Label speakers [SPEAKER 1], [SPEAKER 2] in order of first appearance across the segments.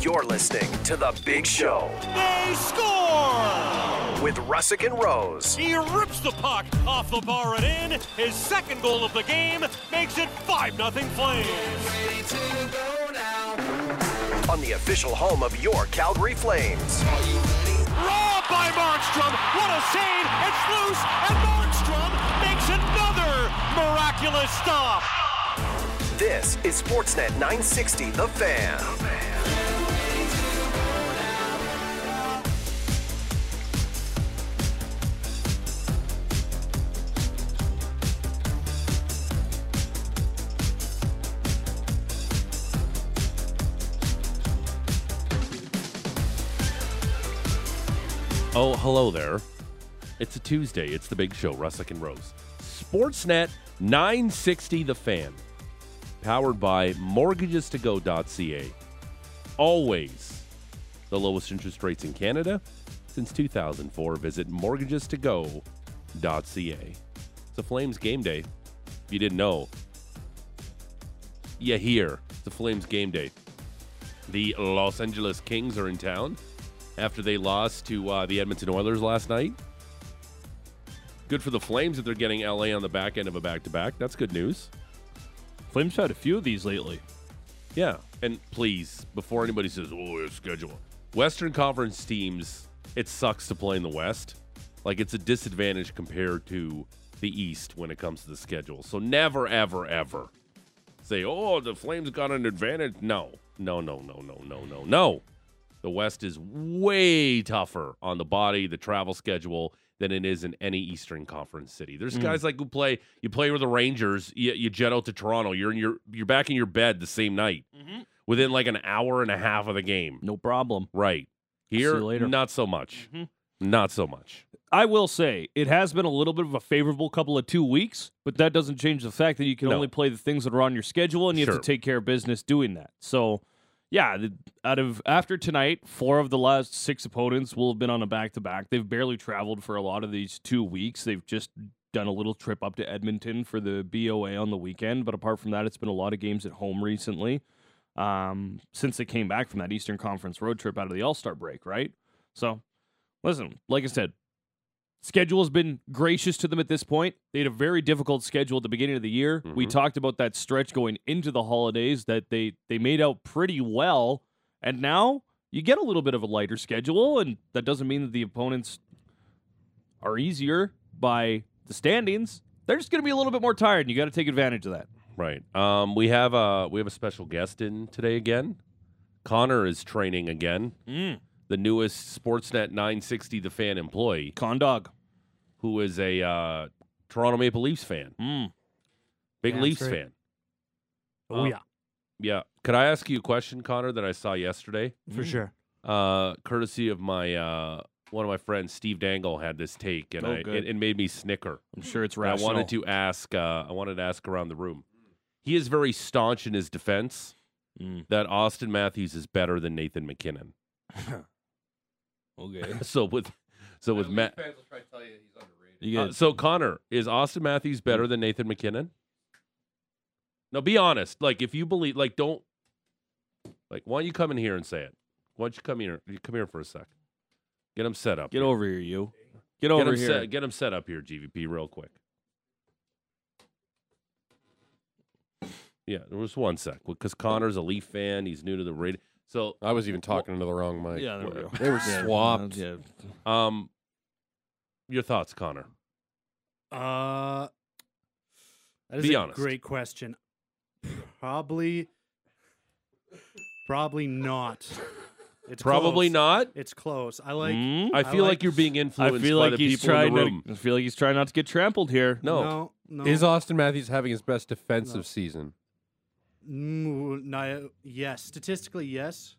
[SPEAKER 1] You're listening to The Big Show
[SPEAKER 2] They score!
[SPEAKER 1] with Russick and Rose.
[SPEAKER 2] He rips the puck off the bar and in. His second goal of the game makes it 5 0 Flames.
[SPEAKER 1] on the official home of your Calgary Flames.
[SPEAKER 2] Robbed by Markstrom. What a save! It's loose, and Markstrom makes another miraculous stop.
[SPEAKER 1] This is Sportsnet 960 The Fan.
[SPEAKER 3] Oh, hello there. It's a Tuesday. It's the big show, Russick and Rose. Sportsnet 960 The Fan, powered by mortgages2go.ca. Always the lowest interest rates in Canada since 2004. Visit mortgages2go.ca. It's a Flames game day. If you didn't know, yeah, here. It's a Flames game day. The Los Angeles Kings are in town after they lost to uh, the Edmonton Oilers last night. Good for the Flames that they're getting LA on the back end of a back to back. That's good news.
[SPEAKER 4] Flames had a few of these lately.
[SPEAKER 3] Yeah. And please, before anybody says, oh, your schedule, Western Conference teams, it sucks to play in the West. Like, it's a disadvantage compared to the East when it comes to the schedule. So, never, ever, ever say, oh, the Flames got an advantage. No, no, no, no, no, no, no, no. The West is way tougher on the body, the travel schedule than it is in any Eastern Conference city.
[SPEAKER 4] Mm.
[SPEAKER 3] There's guys like who play. You play with the Rangers. You, you jet out to Toronto. You're in your you're back in your bed the same night
[SPEAKER 4] Mm-hmm.
[SPEAKER 3] within like an hour and a half of the game.
[SPEAKER 4] No problem.
[SPEAKER 3] Right
[SPEAKER 4] you
[SPEAKER 3] here,
[SPEAKER 4] later. Mm-hmm.
[SPEAKER 3] not so much. Not so much.
[SPEAKER 4] I will say it has been a little bit of a favorable couple of two weeks, but that doesn't change the fact that you can
[SPEAKER 3] No.
[SPEAKER 4] only play the things that are on your schedule, and you
[SPEAKER 3] Sure.
[SPEAKER 4] have to take care of business doing that. So, yeah, the, out of after tonight, four of the last six opponents will have been on a back to back. They've barely traveled for a lot of these two weeks. They've just done a little trip up to Edmonton for the BOA on the weekend, but apart from that, it's been a lot of games at home recently. um, since they came back from that Eastern Conference road trip out of the All Star break, right? So, listen, like I said, schedule has been gracious to them at this point. They had a very difficult schedule at the beginning of the year. We
[SPEAKER 3] Mhm.
[SPEAKER 4] talked about that stretch going into the holidays that they they made out pretty well, and now you get a little bit of a lighter schedule, and that doesn't mean that the opponents are easier by the standings. They're just going to be a little bit more tired, and you got to take advantage of that.
[SPEAKER 3] Right. Um, we have a we have a special guest in today again. Connor is training again. The newest Sportsnet 960 The Fan employee.
[SPEAKER 4] Condog.
[SPEAKER 3] who is a uh, Toronto Maple Leafs fan,
[SPEAKER 4] Mm.
[SPEAKER 3] big
[SPEAKER 5] Yeah,
[SPEAKER 3] Leafs
[SPEAKER 5] that's right.
[SPEAKER 3] fan. Oh, yeah. Yeah. Could I ask you a question, Connor, that I saw yesterday?
[SPEAKER 5] for sure.
[SPEAKER 3] Uh, courtesy of my uh, one of my friends, Steve Dangle, had this take, and
[SPEAKER 4] Oh,
[SPEAKER 3] I,
[SPEAKER 4] good.
[SPEAKER 3] it, it made me snicker.
[SPEAKER 4] I'm sure it's
[SPEAKER 3] And I
[SPEAKER 4] rational.
[SPEAKER 3] wanted to ask. Uh, I wanted to ask around the room. He is very staunch in his defense
[SPEAKER 4] Mm.
[SPEAKER 3] that Austin Matthews is better than Nathan McKinnon.
[SPEAKER 4] Okay.
[SPEAKER 3] So with so with Matt.
[SPEAKER 4] You
[SPEAKER 3] Uh, so Connor, is Austin Matthews
[SPEAKER 4] Mm.
[SPEAKER 3] better than Nathan McKinnon? No, be honest. Like if you believe, like don't, like why don't you come in here and say it? Why don't you come here? You come here for a sec. Get him set up.
[SPEAKER 4] get
[SPEAKER 3] here.
[SPEAKER 4] over here, you. Get
[SPEAKER 3] Get
[SPEAKER 4] over
[SPEAKER 3] him
[SPEAKER 4] here.
[SPEAKER 3] Set, get him set up here, GVP, real quick. Yeah, there was one sec because Connor's a Leaf fan. He's new to the radio. So
[SPEAKER 6] I was even talking into the wrong mic.
[SPEAKER 4] yeah, there we go.
[SPEAKER 6] They were swapped.
[SPEAKER 4] Yeah.
[SPEAKER 3] Um, your thoughts, Connor?
[SPEAKER 5] Uh, that is
[SPEAKER 3] Be
[SPEAKER 5] a
[SPEAKER 3] honest.
[SPEAKER 5] great question. Probably, probably not. It's
[SPEAKER 3] Probably
[SPEAKER 5] close.
[SPEAKER 3] not. Mm, Mm-hmm.
[SPEAKER 5] It's close. I like.
[SPEAKER 4] Hmm?
[SPEAKER 3] I
[SPEAKER 5] I
[SPEAKER 3] feel like,
[SPEAKER 5] like-
[SPEAKER 3] you're being
[SPEAKER 4] I
[SPEAKER 3] influenced
[SPEAKER 4] feel
[SPEAKER 3] by
[SPEAKER 4] like
[SPEAKER 3] the
[SPEAKER 4] he's
[SPEAKER 3] people in
[SPEAKER 4] trying
[SPEAKER 3] the room.
[SPEAKER 4] to. I feel like he's trying not to get trampled here.
[SPEAKER 5] No, no.
[SPEAKER 6] Is
[SPEAKER 3] uh,
[SPEAKER 6] Austin Matthews having his best defensive
[SPEAKER 5] No.
[SPEAKER 6] season?
[SPEAKER 5] Mm, not- yes, statistically, yes.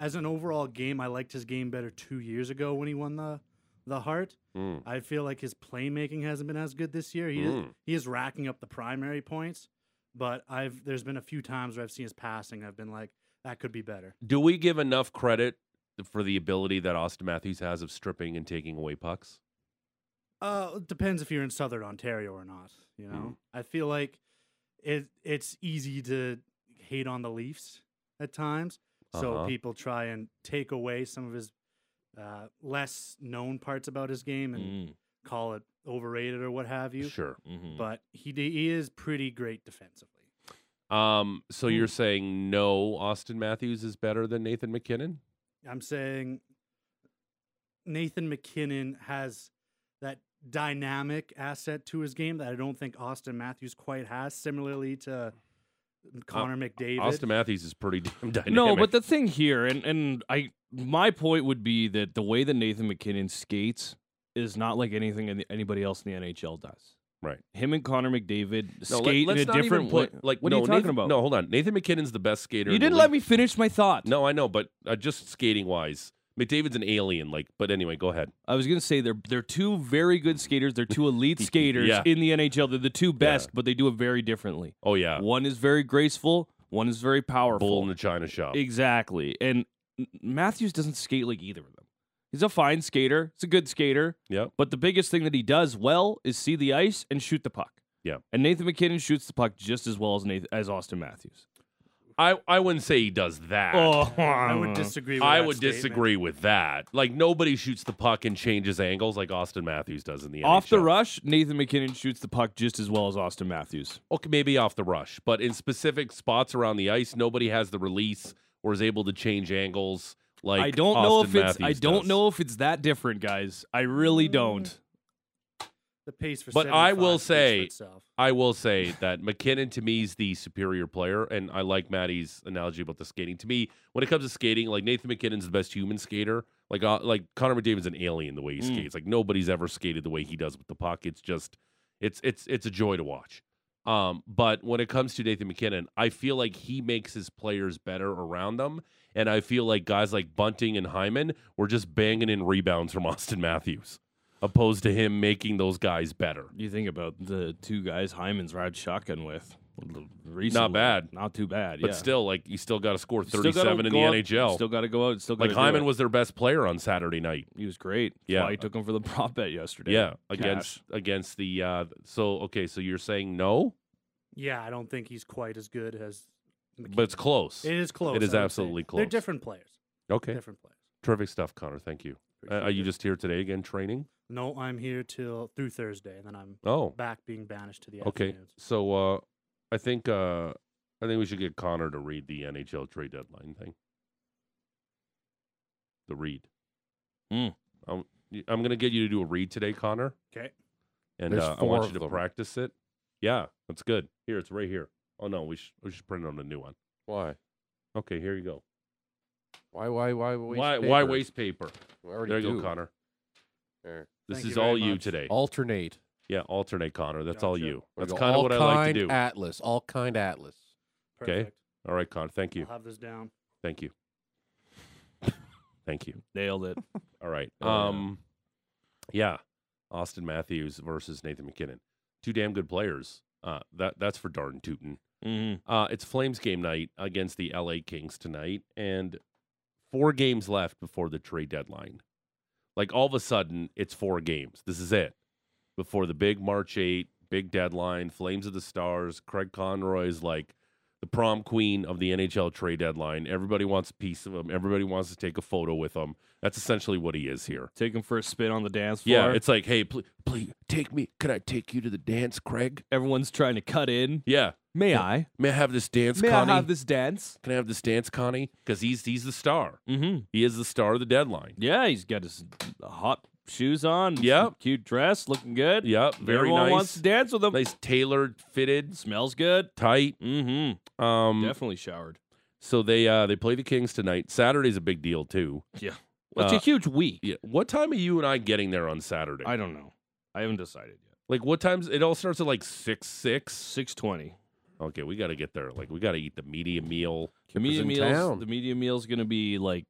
[SPEAKER 5] As an overall game, I liked his game better two years ago when he won the the heart.
[SPEAKER 3] Mm.
[SPEAKER 5] I feel like his playmaking hasn't been as good this year. He is,
[SPEAKER 3] Mm.
[SPEAKER 5] he is racking up the primary points, but I've there's been a few times where I've seen his passing. I've been like, that could be better.
[SPEAKER 3] Do we give enough credit for the ability that Austin Matthews has of stripping and taking away pucks?
[SPEAKER 5] Uh, it depends if you're in Southern Ontario or not. You know,
[SPEAKER 3] Mm-hmm.
[SPEAKER 5] I feel like it. It's easy to hate on the Leafs at times, So
[SPEAKER 3] Uh-huh.
[SPEAKER 5] people try and take away some of his uh, less known parts about his game and
[SPEAKER 4] Mm,
[SPEAKER 5] call it overrated or what have you.
[SPEAKER 3] sure.
[SPEAKER 4] mhm.
[SPEAKER 5] But he d- he is pretty great defensively.
[SPEAKER 3] Um, so you're
[SPEAKER 5] Hmm.
[SPEAKER 3] saying no, Austin Matthews is better than Nathan McKinnon?
[SPEAKER 5] I'm saying Nathan McKinnon has that dynamic asset to his game that I don't think Austin Matthews quite has. Similarly to Connor McDavid.
[SPEAKER 3] Uh, Austin Matthews is pretty damn dynamic.
[SPEAKER 4] No, but the thing here, and and I, my point would be that the way that Nathan McKinnon skates is not like anything any- anybody else in the NHL does.
[SPEAKER 3] Right.
[SPEAKER 4] Him and Connor McDavid
[SPEAKER 3] No, let-
[SPEAKER 4] skate
[SPEAKER 3] let's
[SPEAKER 4] in a
[SPEAKER 3] not even
[SPEAKER 4] different way.
[SPEAKER 3] put- Like,
[SPEAKER 4] what
[SPEAKER 3] no,
[SPEAKER 4] are you talking
[SPEAKER 3] Nathan-
[SPEAKER 4] about?
[SPEAKER 3] No, hold on. Nathan McKinnon's the best skater.
[SPEAKER 4] you
[SPEAKER 3] in the
[SPEAKER 4] didn't let
[SPEAKER 3] league.
[SPEAKER 4] me finish my thought.
[SPEAKER 3] No, I know, but uh, just skating wise, McDavid's an alien. Like, but anyway, go ahead.
[SPEAKER 4] I was gonna say they're they're two very good skaters. They're two elite skaters
[SPEAKER 3] Yeah.
[SPEAKER 4] in the NHL. They're the two best, but they do it very differently.
[SPEAKER 3] Oh yeah,
[SPEAKER 4] One is very graceful. One is very powerful.
[SPEAKER 3] bull in the china shop.
[SPEAKER 4] Exactly. And M- Matthews doesn't skate like either of them. He's a fine skater. He's a good skater.
[SPEAKER 3] Yep.
[SPEAKER 4] But the biggest thing that he does well is see the ice and shoot the puck.
[SPEAKER 3] Yeah.
[SPEAKER 4] And Nathan McKinnon shoots the puck just as well as Nathan, as Austin Matthews.
[SPEAKER 3] I I wouldn't say he does that.
[SPEAKER 4] Oh,
[SPEAKER 5] I would disagree with
[SPEAKER 3] uh, I
[SPEAKER 5] that
[SPEAKER 3] would
[SPEAKER 5] statement.
[SPEAKER 3] disagree with that. Like nobody shoots the puck and changes angles like Austin Matthews does in the
[SPEAKER 4] Off the
[SPEAKER 3] NHL.
[SPEAKER 4] rush, Nathan McKinnon shoots the puck just as well as Austin Matthews.
[SPEAKER 3] Okay, maybe off the rush, but in specific spots around the ice, nobody has the release or is able to change angles. Like
[SPEAKER 4] I don't know
[SPEAKER 3] Austin
[SPEAKER 4] if it's I
[SPEAKER 3] Matthews
[SPEAKER 4] don't
[SPEAKER 3] does.
[SPEAKER 4] know if it's that different, guys. I really don't.
[SPEAKER 5] The pace for
[SPEAKER 3] But I
[SPEAKER 5] 75
[SPEAKER 3] will
[SPEAKER 5] speaks for
[SPEAKER 3] say-
[SPEAKER 5] itself.
[SPEAKER 3] I will say that McKinnon to me is the superior player, and I like Maddie's analogy about the skating. To me, when it comes to skating, like Nathan McKinnon's the best human skater. Like uh, like Connor McDavid's an alien the way he
[SPEAKER 4] Mm.
[SPEAKER 3] skates. Like nobody's ever skated the way he does with the puck. It's just it's it's it's a joy to watch. Um, but when it comes to Nathan McKinnon, I feel like he makes his players better around them, and I feel like guys like Bunting and Hyman were just banging in rebounds from Austin Matthews, opposed to him making those guys better.
[SPEAKER 4] You think about the two guys Hyman's ride shotgun with recently.
[SPEAKER 3] bad.
[SPEAKER 4] Not too bad.
[SPEAKER 3] But
[SPEAKER 4] yeah.
[SPEAKER 3] still, like you still got to score
[SPEAKER 4] Still gotta
[SPEAKER 3] 37 in the
[SPEAKER 4] go out-
[SPEAKER 3] NHL.
[SPEAKER 4] Still got to go out. Still
[SPEAKER 3] like
[SPEAKER 4] gotta do
[SPEAKER 3] Hyman
[SPEAKER 4] it.
[SPEAKER 3] was their best player on Saturday night.
[SPEAKER 4] He was great. That's
[SPEAKER 3] Yeah.
[SPEAKER 4] why I took him for the prop bet yesterday.
[SPEAKER 3] Yeah,
[SPEAKER 4] Cash.
[SPEAKER 3] against against the uh so okay, so you're saying no,
[SPEAKER 5] Yeah, I don't think he's quite as good as.
[SPEAKER 3] but it's close.
[SPEAKER 5] It is close.
[SPEAKER 3] it is
[SPEAKER 5] I would say.
[SPEAKER 3] absolutely
[SPEAKER 5] They're
[SPEAKER 3] close.
[SPEAKER 5] different players.
[SPEAKER 3] okay.
[SPEAKER 5] Different players.
[SPEAKER 3] Terrific stuff, Connor. Thank you. Uh,
[SPEAKER 5] Appreciate
[SPEAKER 3] are you
[SPEAKER 5] it.
[SPEAKER 3] just here today again training?
[SPEAKER 5] No, I'm here till through Thursday, and then I'm
[SPEAKER 3] Oh.
[SPEAKER 5] back being banished to the
[SPEAKER 3] Okay.
[SPEAKER 5] afternoons.
[SPEAKER 3] So uh I think uh I think we should get Connor to read the NHL trade deadline thing. The read.
[SPEAKER 4] Mm.
[SPEAKER 3] I'm, I'm gonna get you to do a read today, Connor.
[SPEAKER 5] Okay.
[SPEAKER 3] and
[SPEAKER 6] There's
[SPEAKER 3] uh, I
[SPEAKER 6] four
[SPEAKER 3] want
[SPEAKER 6] of
[SPEAKER 3] you to
[SPEAKER 6] them.
[SPEAKER 3] practice it. Yeah, that's good. Here, it's right here. Oh no, we should we should print it on a new one.
[SPEAKER 6] Why?
[SPEAKER 3] Okay, here you go.
[SPEAKER 6] Why? Why? Why waste?
[SPEAKER 3] why why
[SPEAKER 6] paper?
[SPEAKER 3] waste paper?
[SPEAKER 6] We already
[SPEAKER 3] There you
[SPEAKER 6] do.
[SPEAKER 3] go, Connor.
[SPEAKER 6] There.
[SPEAKER 3] This
[SPEAKER 5] Thank
[SPEAKER 3] is
[SPEAKER 5] you very
[SPEAKER 3] all you
[SPEAKER 5] much.
[SPEAKER 3] today.
[SPEAKER 6] Alternate.
[SPEAKER 3] yeah, alternate, Connor. That's all
[SPEAKER 5] Gotcha.
[SPEAKER 3] you.
[SPEAKER 6] We're
[SPEAKER 3] That's
[SPEAKER 6] gonna go
[SPEAKER 3] kind of
[SPEAKER 6] all
[SPEAKER 3] what I like to
[SPEAKER 6] kind
[SPEAKER 3] do.
[SPEAKER 6] Atlas. All kind Atlas.
[SPEAKER 3] Okay.
[SPEAKER 5] Perfect.
[SPEAKER 3] all right, Connor. Thank you.
[SPEAKER 5] I'll have this down.
[SPEAKER 3] Thank you. Thank you.
[SPEAKER 4] Nailed it.
[SPEAKER 3] All right.
[SPEAKER 4] Oh, yeah.
[SPEAKER 3] Um, yeah. Austin Matthews versus Nathan McKinnon. Two damn good players. Uh, that that's for darn tootin'.
[SPEAKER 4] Mhm.
[SPEAKER 3] Uh, it's Flames game night against the LA Kings tonight, and four games left before the trade deadline. Like all of a sudden, it's four games. This is it before the big March 8, big deadline. Flames of the Stars. Craig Conroy is like the prom queen of the NHL trade deadline. Everybody wants a piece of him. Everybody wants to take a photo with him. That's essentially what he is here.
[SPEAKER 4] Take him for a spin on the dance floor.
[SPEAKER 3] Yeah, it's like, hey, please, please take me. Can I take you to the dance, Craig?
[SPEAKER 4] Everyone's trying to cut in.
[SPEAKER 3] Yeah.
[SPEAKER 4] May I?
[SPEAKER 3] May I have this dance,
[SPEAKER 4] May
[SPEAKER 3] Connie?
[SPEAKER 4] I have this dance?
[SPEAKER 3] Can I have this dance, Connie? Because he's he's the star.
[SPEAKER 4] Mm-hmm.
[SPEAKER 3] He is the star of the deadline.
[SPEAKER 4] Yeah, he's got his hot shoes on. some
[SPEAKER 3] Yep.
[SPEAKER 4] Cute dress, looking good.
[SPEAKER 3] Yep, very
[SPEAKER 4] Everyone
[SPEAKER 3] nice.
[SPEAKER 4] wants to dance with him.
[SPEAKER 3] nice tailored, fitted,
[SPEAKER 4] Smells good.
[SPEAKER 3] tight.
[SPEAKER 4] Mm-hmm.
[SPEAKER 3] Um,
[SPEAKER 4] Definitely showered.
[SPEAKER 3] so they uh they play the Kings tonight. Saturday's a big deal too.
[SPEAKER 4] Yeah. Well, it's
[SPEAKER 3] Uh,
[SPEAKER 4] a huge week.
[SPEAKER 3] Yeah. What time are you and I getting there on Saturday?
[SPEAKER 4] I don't know. I haven't decided yet.
[SPEAKER 3] like what times? It all starts at like six six.
[SPEAKER 4] 620.
[SPEAKER 3] Okay, we got to get there. Like we got to eat the media meal.
[SPEAKER 4] The media
[SPEAKER 6] in
[SPEAKER 4] meals.
[SPEAKER 6] town.
[SPEAKER 4] The media meal's gonna be like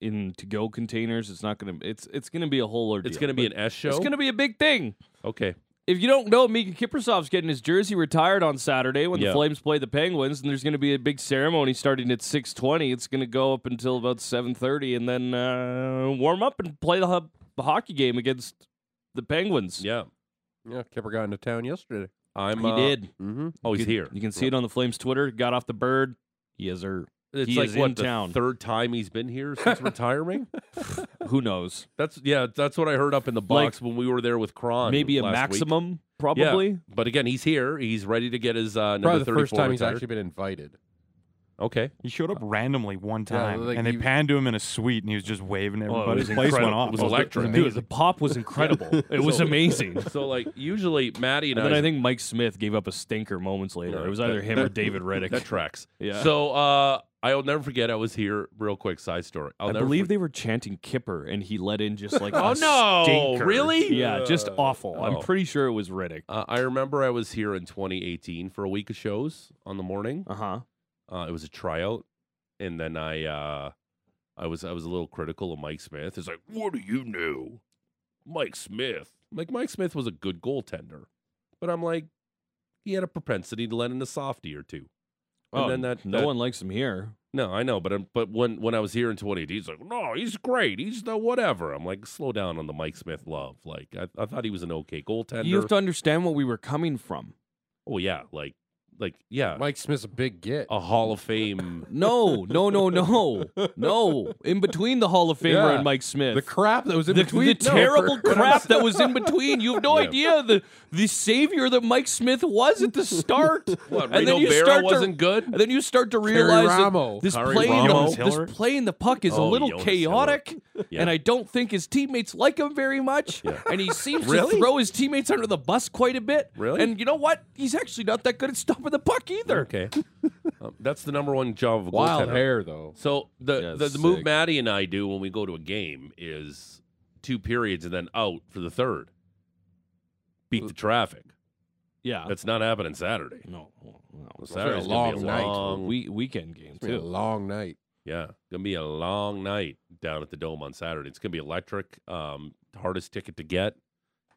[SPEAKER 4] in to go containers. It's not gonna. It's it's gonna be a whole ordeal.
[SPEAKER 3] It's gonna be
[SPEAKER 4] but
[SPEAKER 3] an S show.
[SPEAKER 4] It's gonna be a big thing.
[SPEAKER 3] okay.
[SPEAKER 4] If you don't know, Mika Kiprasov's getting his jersey retired on Saturday when
[SPEAKER 3] Yeah.
[SPEAKER 4] the Flames play the Penguins, and there's gonna be a big ceremony starting at six twenty. It's gonna go up until about seven thirty, and then uh, warm up and play the, ho- the hockey game against the Penguins.
[SPEAKER 3] Yeah.
[SPEAKER 6] Yeah, Kipper got into town yesterday.
[SPEAKER 3] I'm.
[SPEAKER 4] he
[SPEAKER 3] uh,
[SPEAKER 4] did.
[SPEAKER 6] Mm-hmm.
[SPEAKER 3] Oh, he's
[SPEAKER 4] You-
[SPEAKER 3] here.
[SPEAKER 4] You can see it on the Flames Twitter. Got off the bird. Yes, sir.
[SPEAKER 3] It's
[SPEAKER 4] He
[SPEAKER 3] like
[SPEAKER 4] is
[SPEAKER 3] what
[SPEAKER 4] in
[SPEAKER 3] the
[SPEAKER 4] town.
[SPEAKER 3] third time he's been here since retiring.
[SPEAKER 4] Who knows?
[SPEAKER 3] That's yeah, that's what I heard up in the
[SPEAKER 4] Like,
[SPEAKER 3] box when we were there with Kron.
[SPEAKER 4] Maybe a
[SPEAKER 3] last week.
[SPEAKER 4] maximum,
[SPEAKER 3] Yeah,
[SPEAKER 4] probably.
[SPEAKER 3] But again, he's here. He's ready to get his uh, number
[SPEAKER 6] Probably the
[SPEAKER 3] thirty-four.
[SPEAKER 6] first time he's
[SPEAKER 3] retired.
[SPEAKER 6] actually been invited.
[SPEAKER 3] okay.
[SPEAKER 7] He showed up randomly one
[SPEAKER 6] Yeah,
[SPEAKER 7] time,
[SPEAKER 6] like
[SPEAKER 7] and they
[SPEAKER 6] he-
[SPEAKER 7] panned to him in a suite, and he was just waving at
[SPEAKER 4] Oh, it
[SPEAKER 7] everybody.
[SPEAKER 4] was
[SPEAKER 7] His place went
[SPEAKER 4] incredible.
[SPEAKER 7] off.
[SPEAKER 3] It was electric.
[SPEAKER 7] amazing.
[SPEAKER 4] Dude, the pop was incredible. It was
[SPEAKER 3] So-
[SPEAKER 4] amazing.
[SPEAKER 3] So like usually Maddie and
[SPEAKER 4] And then
[SPEAKER 3] I
[SPEAKER 4] I think Mike Smith gave up a stinker moments later.
[SPEAKER 3] Yeah,
[SPEAKER 4] It was either
[SPEAKER 3] that-
[SPEAKER 4] him or David Reddick.
[SPEAKER 3] that tracks.
[SPEAKER 4] Yeah.
[SPEAKER 3] So uh, I'll never forget. I was here. Real quick side story. I'll
[SPEAKER 4] I
[SPEAKER 3] never
[SPEAKER 4] believe
[SPEAKER 3] forget-
[SPEAKER 4] they were chanting Kipper, and he let in just like
[SPEAKER 3] Oh,
[SPEAKER 4] a
[SPEAKER 3] no.
[SPEAKER 4] stinker.
[SPEAKER 3] Really?
[SPEAKER 4] Yeah, just
[SPEAKER 6] Uh,
[SPEAKER 4] awful.
[SPEAKER 3] oh.
[SPEAKER 4] I'm pretty sure it was Riddick.
[SPEAKER 3] Uh, I remember I was here in 2018 for a week of shows on the morning.
[SPEAKER 4] Uh huh.
[SPEAKER 3] Uh, it was a tryout, and then I, uh, I was I was a little critical of Mike Smith. It's like, what do you know, Mike Smith? Like Mike Smith was a good goaltender, but I'm like, he had a propensity to let in a softie or two. And
[SPEAKER 4] Oh,
[SPEAKER 3] then that-
[SPEAKER 4] no
[SPEAKER 3] that-
[SPEAKER 4] one likes him here.
[SPEAKER 3] No, I know, but I'm, but when when I was here in 2018, he's like, no, he's great, he's the whatever. I'm like, slow down on the Mike Smith love. Like I, I thought he was an okay goaltender.
[SPEAKER 4] You have to understand what we were coming from.
[SPEAKER 3] oh yeah, like like yeah, Oh,
[SPEAKER 6] Mike Smith's a big get.
[SPEAKER 3] a Hall of Fame.
[SPEAKER 4] No, no, no, no, no. In between the Hall of Famer
[SPEAKER 6] Yeah.
[SPEAKER 4] and Mike Smith,
[SPEAKER 6] the crap that was in
[SPEAKER 4] the,
[SPEAKER 6] between.
[SPEAKER 4] the
[SPEAKER 6] no,
[SPEAKER 4] terrible
[SPEAKER 6] for-
[SPEAKER 4] crap that was in between. You have no
[SPEAKER 3] Yeah.
[SPEAKER 4] idea the the savior that Mike Smith was at the start.
[SPEAKER 3] What
[SPEAKER 4] And then
[SPEAKER 3] Reno
[SPEAKER 4] you
[SPEAKER 3] Berra
[SPEAKER 4] start to-
[SPEAKER 3] wasn't good?
[SPEAKER 4] And then you start to
[SPEAKER 6] Terry
[SPEAKER 4] realize that
[SPEAKER 6] Ramo.
[SPEAKER 4] this
[SPEAKER 3] Terry
[SPEAKER 4] play,
[SPEAKER 7] Ramo. Hiller?
[SPEAKER 4] this play in the puck is a
[SPEAKER 3] Oh,
[SPEAKER 4] little
[SPEAKER 3] Jonas
[SPEAKER 4] chaotic,
[SPEAKER 3] Yeah.
[SPEAKER 4] and I don't think his teammates like him very much. And he seems
[SPEAKER 3] Really?
[SPEAKER 4] to throw his teammates under the bus quite a bit.
[SPEAKER 3] Really?
[SPEAKER 4] And you know what? He's actually not that good at stopping the puck either.
[SPEAKER 3] Okay, um, that's the number one job of a
[SPEAKER 6] wild
[SPEAKER 3] goaltender.
[SPEAKER 6] hair though.
[SPEAKER 3] So the
[SPEAKER 4] Yeah,
[SPEAKER 3] the,
[SPEAKER 4] it's
[SPEAKER 3] the move
[SPEAKER 4] sick.
[SPEAKER 3] Maddie and I do when we go to a game is two periods and then out for the third. Beat the traffic.
[SPEAKER 4] Yeah.
[SPEAKER 3] That's not happening Saturday.
[SPEAKER 4] no. well, no.
[SPEAKER 3] Well, Saturday's
[SPEAKER 6] a
[SPEAKER 3] gonna
[SPEAKER 6] long
[SPEAKER 3] be a
[SPEAKER 6] night.
[SPEAKER 3] long
[SPEAKER 4] We- weekend game
[SPEAKER 6] It's been a
[SPEAKER 4] too.
[SPEAKER 6] long night.
[SPEAKER 3] Yeah, gonna be a long night down at the dome on Saturday. It's gonna be electric. Um, hardest ticket to get,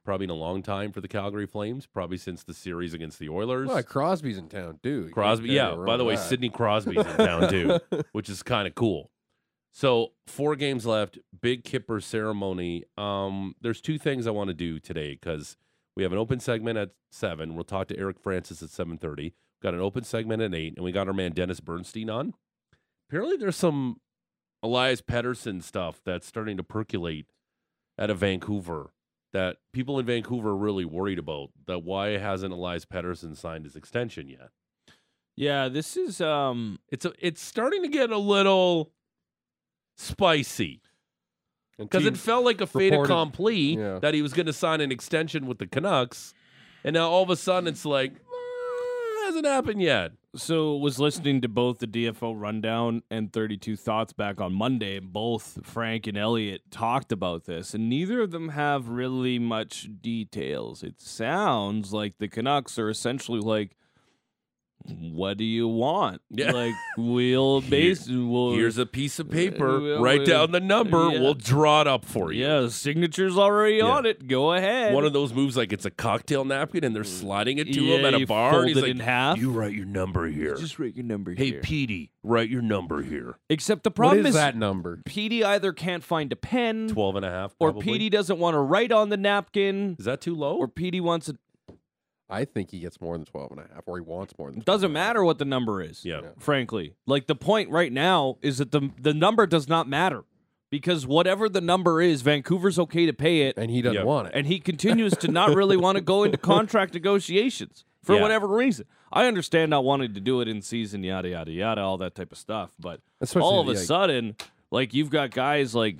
[SPEAKER 3] probably in a long time for the Calgary Flames. Probably since the series against the Oilers.
[SPEAKER 6] Well, Crosby's in town, dude.
[SPEAKER 3] Crosby, yeah. By the way, Sidney Crosby's in town too, which is kind of cool. So four games left. Big Kipper ceremony. Um, there's two things I want to do today because we have an open segment at seven. We'll talk to Eric Francis at seven thirty. Got an open segment at eight, and we got our man Dennis Bernstein on. Apparently, there's some Elias Pettersson stuff that's starting to percolate out of Vancouver that people in Vancouver are really worried about. That why hasn't Elias Pettersson signed his extension yet?
[SPEAKER 4] Yeah, this is um
[SPEAKER 3] It's a, it's starting to get a little spicy because it felt like a fait
[SPEAKER 6] reported-
[SPEAKER 3] accompli
[SPEAKER 6] yeah.
[SPEAKER 3] that he was going to sign an extension with the Canucks, and now all of a sudden it's like "Mm, hasn't happened yet.
[SPEAKER 4] So was listening to both the DFO rundown and 32 thoughts back on Monday. and Both Frank and Elliot talked about this, and neither of them have really much details. It sounds like the Canucks are essentially like, "What do you want?
[SPEAKER 3] Yeah.
[SPEAKER 4] Like we'll base we'll
[SPEAKER 3] Here's a piece of paper.
[SPEAKER 4] well,
[SPEAKER 3] write
[SPEAKER 4] uh,
[SPEAKER 3] down the number.
[SPEAKER 4] yeah.
[SPEAKER 3] We'll draw it up for you.
[SPEAKER 4] yeah signatures already on it. Go ahead.
[SPEAKER 3] One of those moves, like it's a cocktail napkin, and they're sliding it to him
[SPEAKER 4] Yeah,
[SPEAKER 3] at a
[SPEAKER 4] you
[SPEAKER 3] bar. And
[SPEAKER 4] fold
[SPEAKER 3] he's
[SPEAKER 4] it
[SPEAKER 3] like,
[SPEAKER 4] in half.
[SPEAKER 3] "You write your number here.
[SPEAKER 4] just write your number
[SPEAKER 3] hey,
[SPEAKER 4] here.
[SPEAKER 3] Petey, write your number here.
[SPEAKER 4] Except the
[SPEAKER 6] What
[SPEAKER 4] problem
[SPEAKER 6] is,
[SPEAKER 4] is,
[SPEAKER 6] that number?
[SPEAKER 4] PD either can't find a pen,
[SPEAKER 3] Twelve and a half,
[SPEAKER 4] or
[SPEAKER 3] probably.
[SPEAKER 4] PD doesn't want to write on the napkin.
[SPEAKER 3] Is that too low?
[SPEAKER 4] or PD wants it.
[SPEAKER 6] I think he gets more than 12 and a half, or he wants more than. 12
[SPEAKER 4] Doesn't
[SPEAKER 6] and a half.
[SPEAKER 4] matter what the number is.
[SPEAKER 3] yeah.
[SPEAKER 4] Frankly, like the point right now is that the the number does not matter because whatever the number is, Vancouver's okay to pay it,
[SPEAKER 6] and he doesn't
[SPEAKER 3] Yeah.
[SPEAKER 6] want it.
[SPEAKER 4] and he continues to not really want to go into contract negotiations for
[SPEAKER 3] Yeah.
[SPEAKER 4] whatever reason. I understand not wanting to do it in season, yada yada yada, all that type of stuff, but
[SPEAKER 6] Especially
[SPEAKER 4] all of a
[SPEAKER 6] like-
[SPEAKER 4] sudden, like you've got guys like.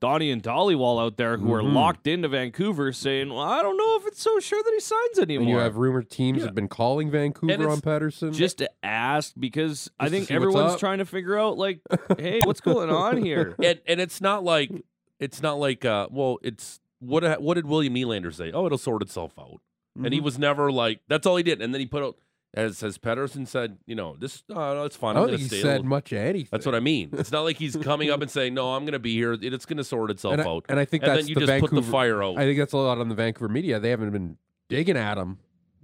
[SPEAKER 4] Donnie and Dollywall out there who are
[SPEAKER 6] Mm-hmm.
[SPEAKER 4] locked into Vancouver saying, Well, I don't know if it's so sure that he signs anymore.
[SPEAKER 6] And you have rumored teams have been calling Vancouver
[SPEAKER 3] it's
[SPEAKER 6] on Patterson.
[SPEAKER 4] just to ask because I
[SPEAKER 6] Just to
[SPEAKER 4] think
[SPEAKER 6] see what's
[SPEAKER 4] everyone's
[SPEAKER 6] up.
[SPEAKER 4] trying to figure out like, hey, what's going on here?
[SPEAKER 3] and and it's not like it's not like uh well it's what ha- what did William Nylander say? Oh, it'll sort itself out. And
[SPEAKER 6] Mm-hmm.
[SPEAKER 3] he was never like that's all he did. And then he put out as as Pedersen said, you know, this uh, it's
[SPEAKER 6] I
[SPEAKER 3] fine. I'm
[SPEAKER 6] don't
[SPEAKER 3] gonna
[SPEAKER 6] think he
[SPEAKER 3] stay a
[SPEAKER 6] said
[SPEAKER 3] little-
[SPEAKER 6] much of anything.
[SPEAKER 3] That's what I mean. It's not like he's coming up and saying, "No, I'm going to be here. It, it's going to sort itself
[SPEAKER 6] and I,
[SPEAKER 3] out."
[SPEAKER 6] and I think
[SPEAKER 3] And
[SPEAKER 6] that's
[SPEAKER 3] then you
[SPEAKER 6] the
[SPEAKER 3] just
[SPEAKER 6] Vancouver.
[SPEAKER 3] put the fire out.
[SPEAKER 6] I think that's a lot on the Vancouver media. They haven't been digging at him.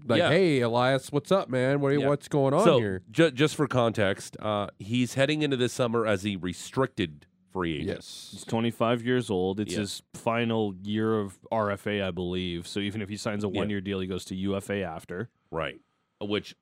[SPEAKER 6] Like,
[SPEAKER 3] Yeah.
[SPEAKER 6] hey, Elias, what's up, man? What,
[SPEAKER 3] Yeah.
[SPEAKER 6] What's going on
[SPEAKER 3] so,
[SPEAKER 6] here?
[SPEAKER 3] ju- just for context, uh, he's heading into this summer as a restricted free agent.
[SPEAKER 6] Yes.
[SPEAKER 4] He's 25 years old. It's
[SPEAKER 3] Yeah.
[SPEAKER 4] his final year of RFA, I believe. So even if he signs a
[SPEAKER 3] Yeah.
[SPEAKER 4] one year deal, he goes to UFA after.
[SPEAKER 3] Right. Which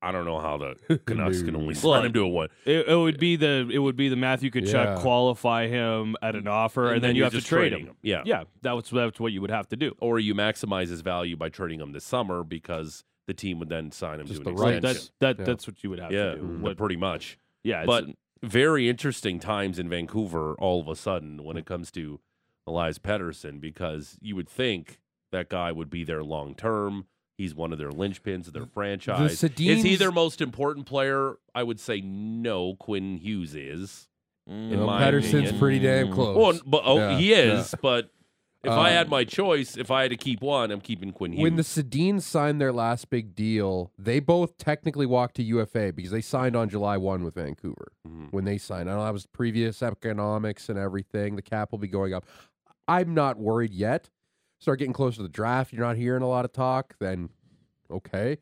[SPEAKER 3] I don't know how the Canucks can only sign
[SPEAKER 4] Well,
[SPEAKER 3] him to a one.
[SPEAKER 4] It, it would be the it would be the Matthew Kachuk
[SPEAKER 6] Yeah.
[SPEAKER 4] qualify him at an offer, and, then, you
[SPEAKER 3] you're
[SPEAKER 4] have to
[SPEAKER 3] just
[SPEAKER 4] trade him.
[SPEAKER 3] trading Yeah.
[SPEAKER 4] Yeah, that was that's what you would have to do.
[SPEAKER 3] Or you maximize his value by trading him this summer because the team would then sign him
[SPEAKER 6] Just
[SPEAKER 3] to an
[SPEAKER 6] the rights.
[SPEAKER 3] extension.
[SPEAKER 4] That's that
[SPEAKER 6] Yeah.
[SPEAKER 4] that's what you would have
[SPEAKER 3] yeah,
[SPEAKER 4] to do.
[SPEAKER 3] mm,
[SPEAKER 4] What-
[SPEAKER 3] pretty much.
[SPEAKER 4] yeah, it's-
[SPEAKER 3] but very interesting times in Vancouver all of a sudden when it comes to Elias Pettersson because you would think that guy would be there long term. He's one of their linchpins of their franchise. is he
[SPEAKER 6] Sedin's-
[SPEAKER 3] their most important player? I would say no. Quinn Hughes is. in
[SPEAKER 6] Well,
[SPEAKER 3] my
[SPEAKER 6] Oh, Patterson's
[SPEAKER 3] opinion-
[SPEAKER 6] pretty damn close.
[SPEAKER 3] Well, but oh,
[SPEAKER 6] Yeah,
[SPEAKER 3] he is. But if I
[SPEAKER 6] Um,
[SPEAKER 3] had my choice, if I had to keep one, I'm keeping Quinn Hughes.
[SPEAKER 6] when the Sedines signed their last big deal, they both technically walked to UFA because they signed on July 1 with Vancouver.
[SPEAKER 3] Mhm.
[SPEAKER 6] When they signed, I know that was previous economics and everything. The cap will be going up. I'm not worried yet. Start getting closer to the draft. You're not hearing a lot of talk, then okay.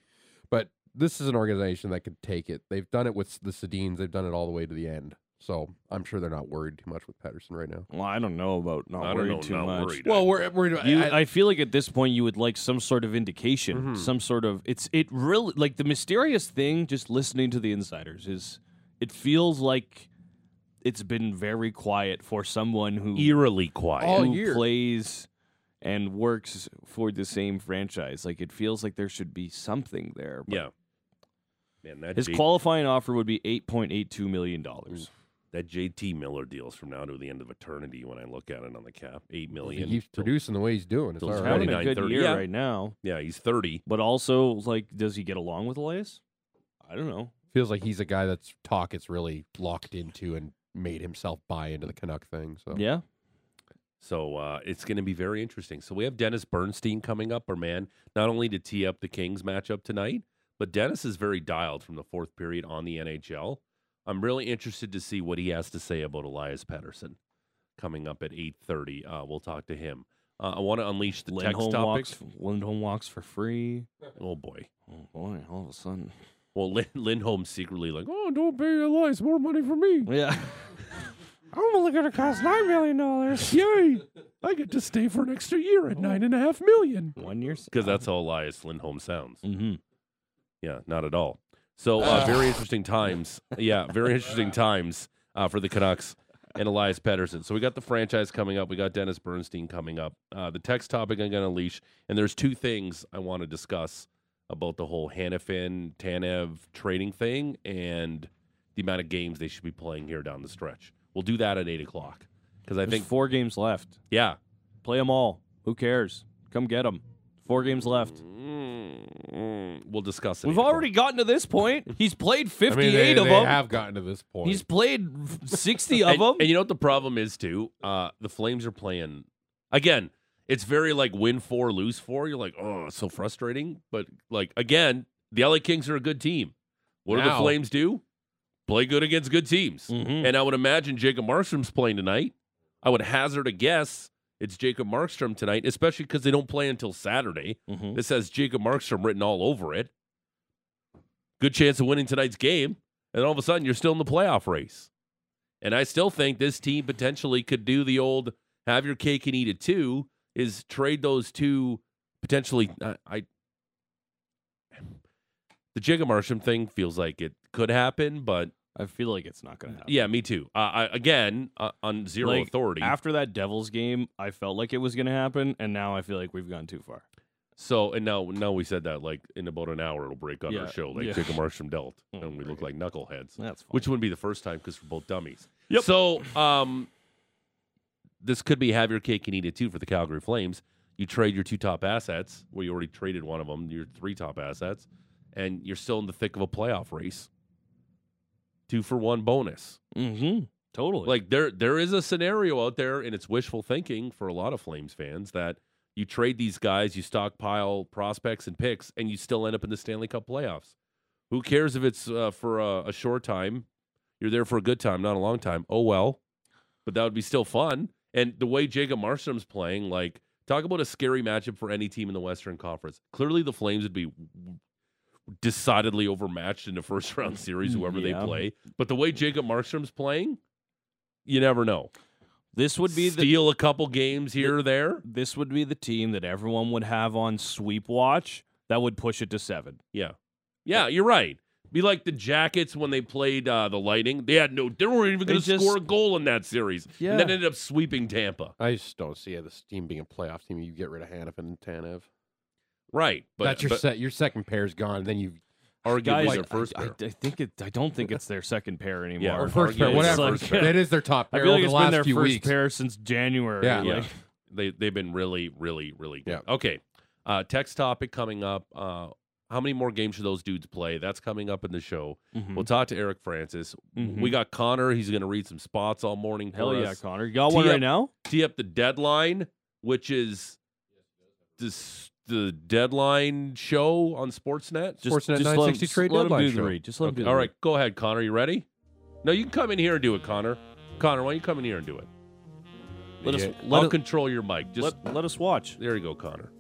[SPEAKER 6] But this is an organization that could take it. They've done it with the Sedines. They've done it all the way to the end. So I'm sure they're not worried too much with Pedersen right now.
[SPEAKER 4] well, I don't know about not
[SPEAKER 3] I don't
[SPEAKER 4] worried
[SPEAKER 3] know,
[SPEAKER 4] too
[SPEAKER 3] not
[SPEAKER 4] much.
[SPEAKER 3] worried.
[SPEAKER 6] Well, we're, we're
[SPEAKER 4] You,
[SPEAKER 6] I-
[SPEAKER 4] I, feel like at this point you would like some sort of indication,
[SPEAKER 6] Mhm.
[SPEAKER 4] some sort of it's it really like the mysterious thing. Just listening to the insiders is it feels like it's been very quiet for someone who
[SPEAKER 3] eerily quiet.
[SPEAKER 6] All
[SPEAKER 4] who
[SPEAKER 6] year.
[SPEAKER 4] plays and works for the same franchise. Like it feels like there should be something there. but
[SPEAKER 3] yeah. Man, that
[SPEAKER 4] His
[SPEAKER 3] J-
[SPEAKER 4] qualifying offer would be eight point eight two million
[SPEAKER 6] Mm,
[SPEAKER 4] dollars.
[SPEAKER 3] that JT Miller deals from now to the end of eternity when I look at it on the cap. Eight
[SPEAKER 6] if he
[SPEAKER 3] million.
[SPEAKER 6] keeps
[SPEAKER 3] till-
[SPEAKER 6] producing the way he's doing. It's
[SPEAKER 3] till
[SPEAKER 6] all
[SPEAKER 4] He's
[SPEAKER 3] Alright.
[SPEAKER 6] right.
[SPEAKER 4] having a
[SPEAKER 3] 29,
[SPEAKER 4] good
[SPEAKER 3] 30.
[SPEAKER 4] year
[SPEAKER 3] Yeah.
[SPEAKER 4] right now,
[SPEAKER 3] Yeah, he's thirty.
[SPEAKER 4] but also like, does he get along with Elias? I don't know.
[SPEAKER 6] feels like he's a guy that's talk is really locked into and made himself buy into the Canuck thing. So
[SPEAKER 4] Yeah,
[SPEAKER 3] So uh, it's going to be very interesting. So we have Dennis Bernstein coming up, our man, not only to tee up the Kings matchup tonight, but Dennis is very dialed from the fourth period on the NHL. I'm really interested to see what he has to say about Elias Patterson coming up at 8:30. Uh, we'll talk to him. Uh, I want to unleash the
[SPEAKER 4] Lindholm
[SPEAKER 3] text topic.
[SPEAKER 4] walks. Lindholm walks for free.
[SPEAKER 3] Oh boy.
[SPEAKER 4] Oh boy! All of a sudden,
[SPEAKER 3] Well, Lin- Lindholm secretly like, oh, don't pay Elias more money for me.
[SPEAKER 4] yeah.
[SPEAKER 3] I'm only going to cost nine million dollars. Yay! I get to stay for an extra year at nine and a half million.
[SPEAKER 4] One year
[SPEAKER 3] Because that's how Elias Lindholm sounds.
[SPEAKER 4] hmm
[SPEAKER 3] Yeah, not at all. So uh,
[SPEAKER 4] Ah.
[SPEAKER 3] very interesting times. Yeah, very interesting times uh, for the Canucks and Elias Pettersson. So we got the franchise coming up. We got Dennis Bernstein coming up. Uh, the text topic I'm going to unleash, and there's two things I want to discuss about the whole Hannafin Tanev trading thing and the amount of games they should be playing here down the stretch. We'll do that at eight o'clock because I
[SPEAKER 4] There's
[SPEAKER 3] think
[SPEAKER 4] four games left.
[SPEAKER 3] yeah,
[SPEAKER 4] Play them all. Who cares? Come get them. Four games left.
[SPEAKER 3] Mm, we'll discuss it.
[SPEAKER 4] We've
[SPEAKER 3] at 8 o'clock.
[SPEAKER 4] already gotten to this point. He's played
[SPEAKER 6] I
[SPEAKER 4] 58
[SPEAKER 6] mean, they,
[SPEAKER 4] of
[SPEAKER 6] they
[SPEAKER 4] them.
[SPEAKER 6] have gotten to this point.
[SPEAKER 4] He's played 60 of
[SPEAKER 3] and,
[SPEAKER 4] them.
[SPEAKER 3] and you know what the problem is too? Uh, the Flames are playing again. It's very like win four, lose four. You're like, oh, it's so frustrating. But like again, the LA Kings are a good team. What do the
[SPEAKER 6] Now.
[SPEAKER 3] Flames do? Play good against good teams.
[SPEAKER 4] Mhm.
[SPEAKER 3] And I would imagine Jacob Markstrom's playing tonight. I would hazard a guess it's Jacob Markstrom tonight, especially because they don't play until Saturday.
[SPEAKER 4] Mhm.
[SPEAKER 3] This has Jacob Markstrom written all over it. Good chance of winning tonight's game. And all of a sudden, you're still in the playoff race. And I still think this team potentially could do the old have your cake and eat it too, is trade those two potentially. I, I The Jacob Markstrom thing feels like it could happen, but
[SPEAKER 4] I feel like it's not going to happen.
[SPEAKER 3] yeah, me too. Uh, I, again, uh, on zero
[SPEAKER 4] Like,
[SPEAKER 3] authority.
[SPEAKER 4] After that Devils game, I felt like it was going to happen, and now I feel like we've gone too far.
[SPEAKER 3] So and now now we said that like in about an hour it'll break on
[SPEAKER 4] Yeah,
[SPEAKER 3] our show like
[SPEAKER 4] yeah.
[SPEAKER 3] Jacob Markstrom dealt
[SPEAKER 4] Oh,
[SPEAKER 3] and we look like knuckleheads,
[SPEAKER 4] That's fine.
[SPEAKER 3] which wouldn't be the first time because we're both dummies.
[SPEAKER 4] Yep.
[SPEAKER 3] So um, this could be have your cake and eat it too for the Calgary Flames. You trade your two top assets, well you already traded one of them, your three top assets, and you're still in the thick of a playoff race. Two for one bonus.
[SPEAKER 4] mm-hmm. Totally.
[SPEAKER 3] Like there there is a scenario out there and it's wishful thinking for a lot of Flames fans that you trade these guys, you stockpile prospects and picks and you still end up in the Stanley Cup playoffs. Who cares if it's uh, for a, a short time? You're there for a good time, not a long time. Oh well. But that would be still fun. And the way Jacob Marstrom's playing, like talk about a scary matchup for any team in the Western Conference. Clearly the Flames would be decidedly overmatched in the first round series whoever
[SPEAKER 4] Yeah.
[SPEAKER 3] they play. But the way Jacob Markstrom's playing, you never know.
[SPEAKER 4] this would be the
[SPEAKER 3] steal a couple games here or there.
[SPEAKER 4] this would be the team that everyone would have on sweep watch that would push it to seven.
[SPEAKER 3] Yeah, you're right. Be like the Jackets when they played uh, the Lightning. They had no, they weren't even
[SPEAKER 4] They
[SPEAKER 3] going to score a
[SPEAKER 4] just-
[SPEAKER 3] goal in that series.
[SPEAKER 4] Yeah.
[SPEAKER 3] And then ended up sweeping Tampa.
[SPEAKER 6] I just don't see how this team being a playoff team. You get rid of Hannafin and Tanev.
[SPEAKER 3] Right. But,
[SPEAKER 6] That's your
[SPEAKER 3] but
[SPEAKER 6] set. Your second pair's gone. Then you
[SPEAKER 3] arguably
[SPEAKER 4] Guys,
[SPEAKER 3] their first
[SPEAKER 4] I,
[SPEAKER 3] pair.
[SPEAKER 4] I, I think it. I don't think it's their second pair anymore.
[SPEAKER 3] Or
[SPEAKER 6] or first pair,
[SPEAKER 3] arguably
[SPEAKER 6] whatever.
[SPEAKER 3] first
[SPEAKER 4] It's like-
[SPEAKER 3] pair.
[SPEAKER 6] That is their top
[SPEAKER 4] I
[SPEAKER 6] pair
[SPEAKER 4] feel like
[SPEAKER 6] over
[SPEAKER 4] it's
[SPEAKER 6] the
[SPEAKER 4] been
[SPEAKER 6] last
[SPEAKER 4] their
[SPEAKER 6] few
[SPEAKER 4] first
[SPEAKER 6] weeks.
[SPEAKER 4] pair since January.
[SPEAKER 6] Yeah.
[SPEAKER 4] like-
[SPEAKER 3] Yeah. they they've been really, really, really good.
[SPEAKER 6] Yeah.
[SPEAKER 3] Okay. Uh, text topic coming up. Uh, how many more games should those dudes play? That's coming up in the show.
[SPEAKER 4] Mhm.
[SPEAKER 3] We'll talk to Eric Francis.
[SPEAKER 4] Mhm.
[SPEAKER 3] We got Connor. He's going to read some spots all morning.
[SPEAKER 4] Hell
[SPEAKER 3] for
[SPEAKER 4] yeah,
[SPEAKER 3] us.
[SPEAKER 4] Connor. You got one
[SPEAKER 3] Tee
[SPEAKER 4] right
[SPEAKER 3] up-
[SPEAKER 4] now?
[SPEAKER 3] Tee up the deadline, which is this the deadline show on Sportsnet.
[SPEAKER 4] Just,
[SPEAKER 6] Sportsnet
[SPEAKER 4] just let him-
[SPEAKER 6] 960 trade
[SPEAKER 4] let him
[SPEAKER 6] deadline
[SPEAKER 4] do the
[SPEAKER 6] show.
[SPEAKER 4] read. Just let him do the
[SPEAKER 3] All
[SPEAKER 4] read.
[SPEAKER 3] right, go ahead, Connor. You ready? No, you can come in here and do it, Connor. Connor, why don't you come in here and do it?
[SPEAKER 4] Let us-
[SPEAKER 3] Yeah.
[SPEAKER 4] let
[SPEAKER 3] I'll
[SPEAKER 4] us-
[SPEAKER 3] control your mic. Just
[SPEAKER 4] let, let us watch.
[SPEAKER 3] there you go, Connor.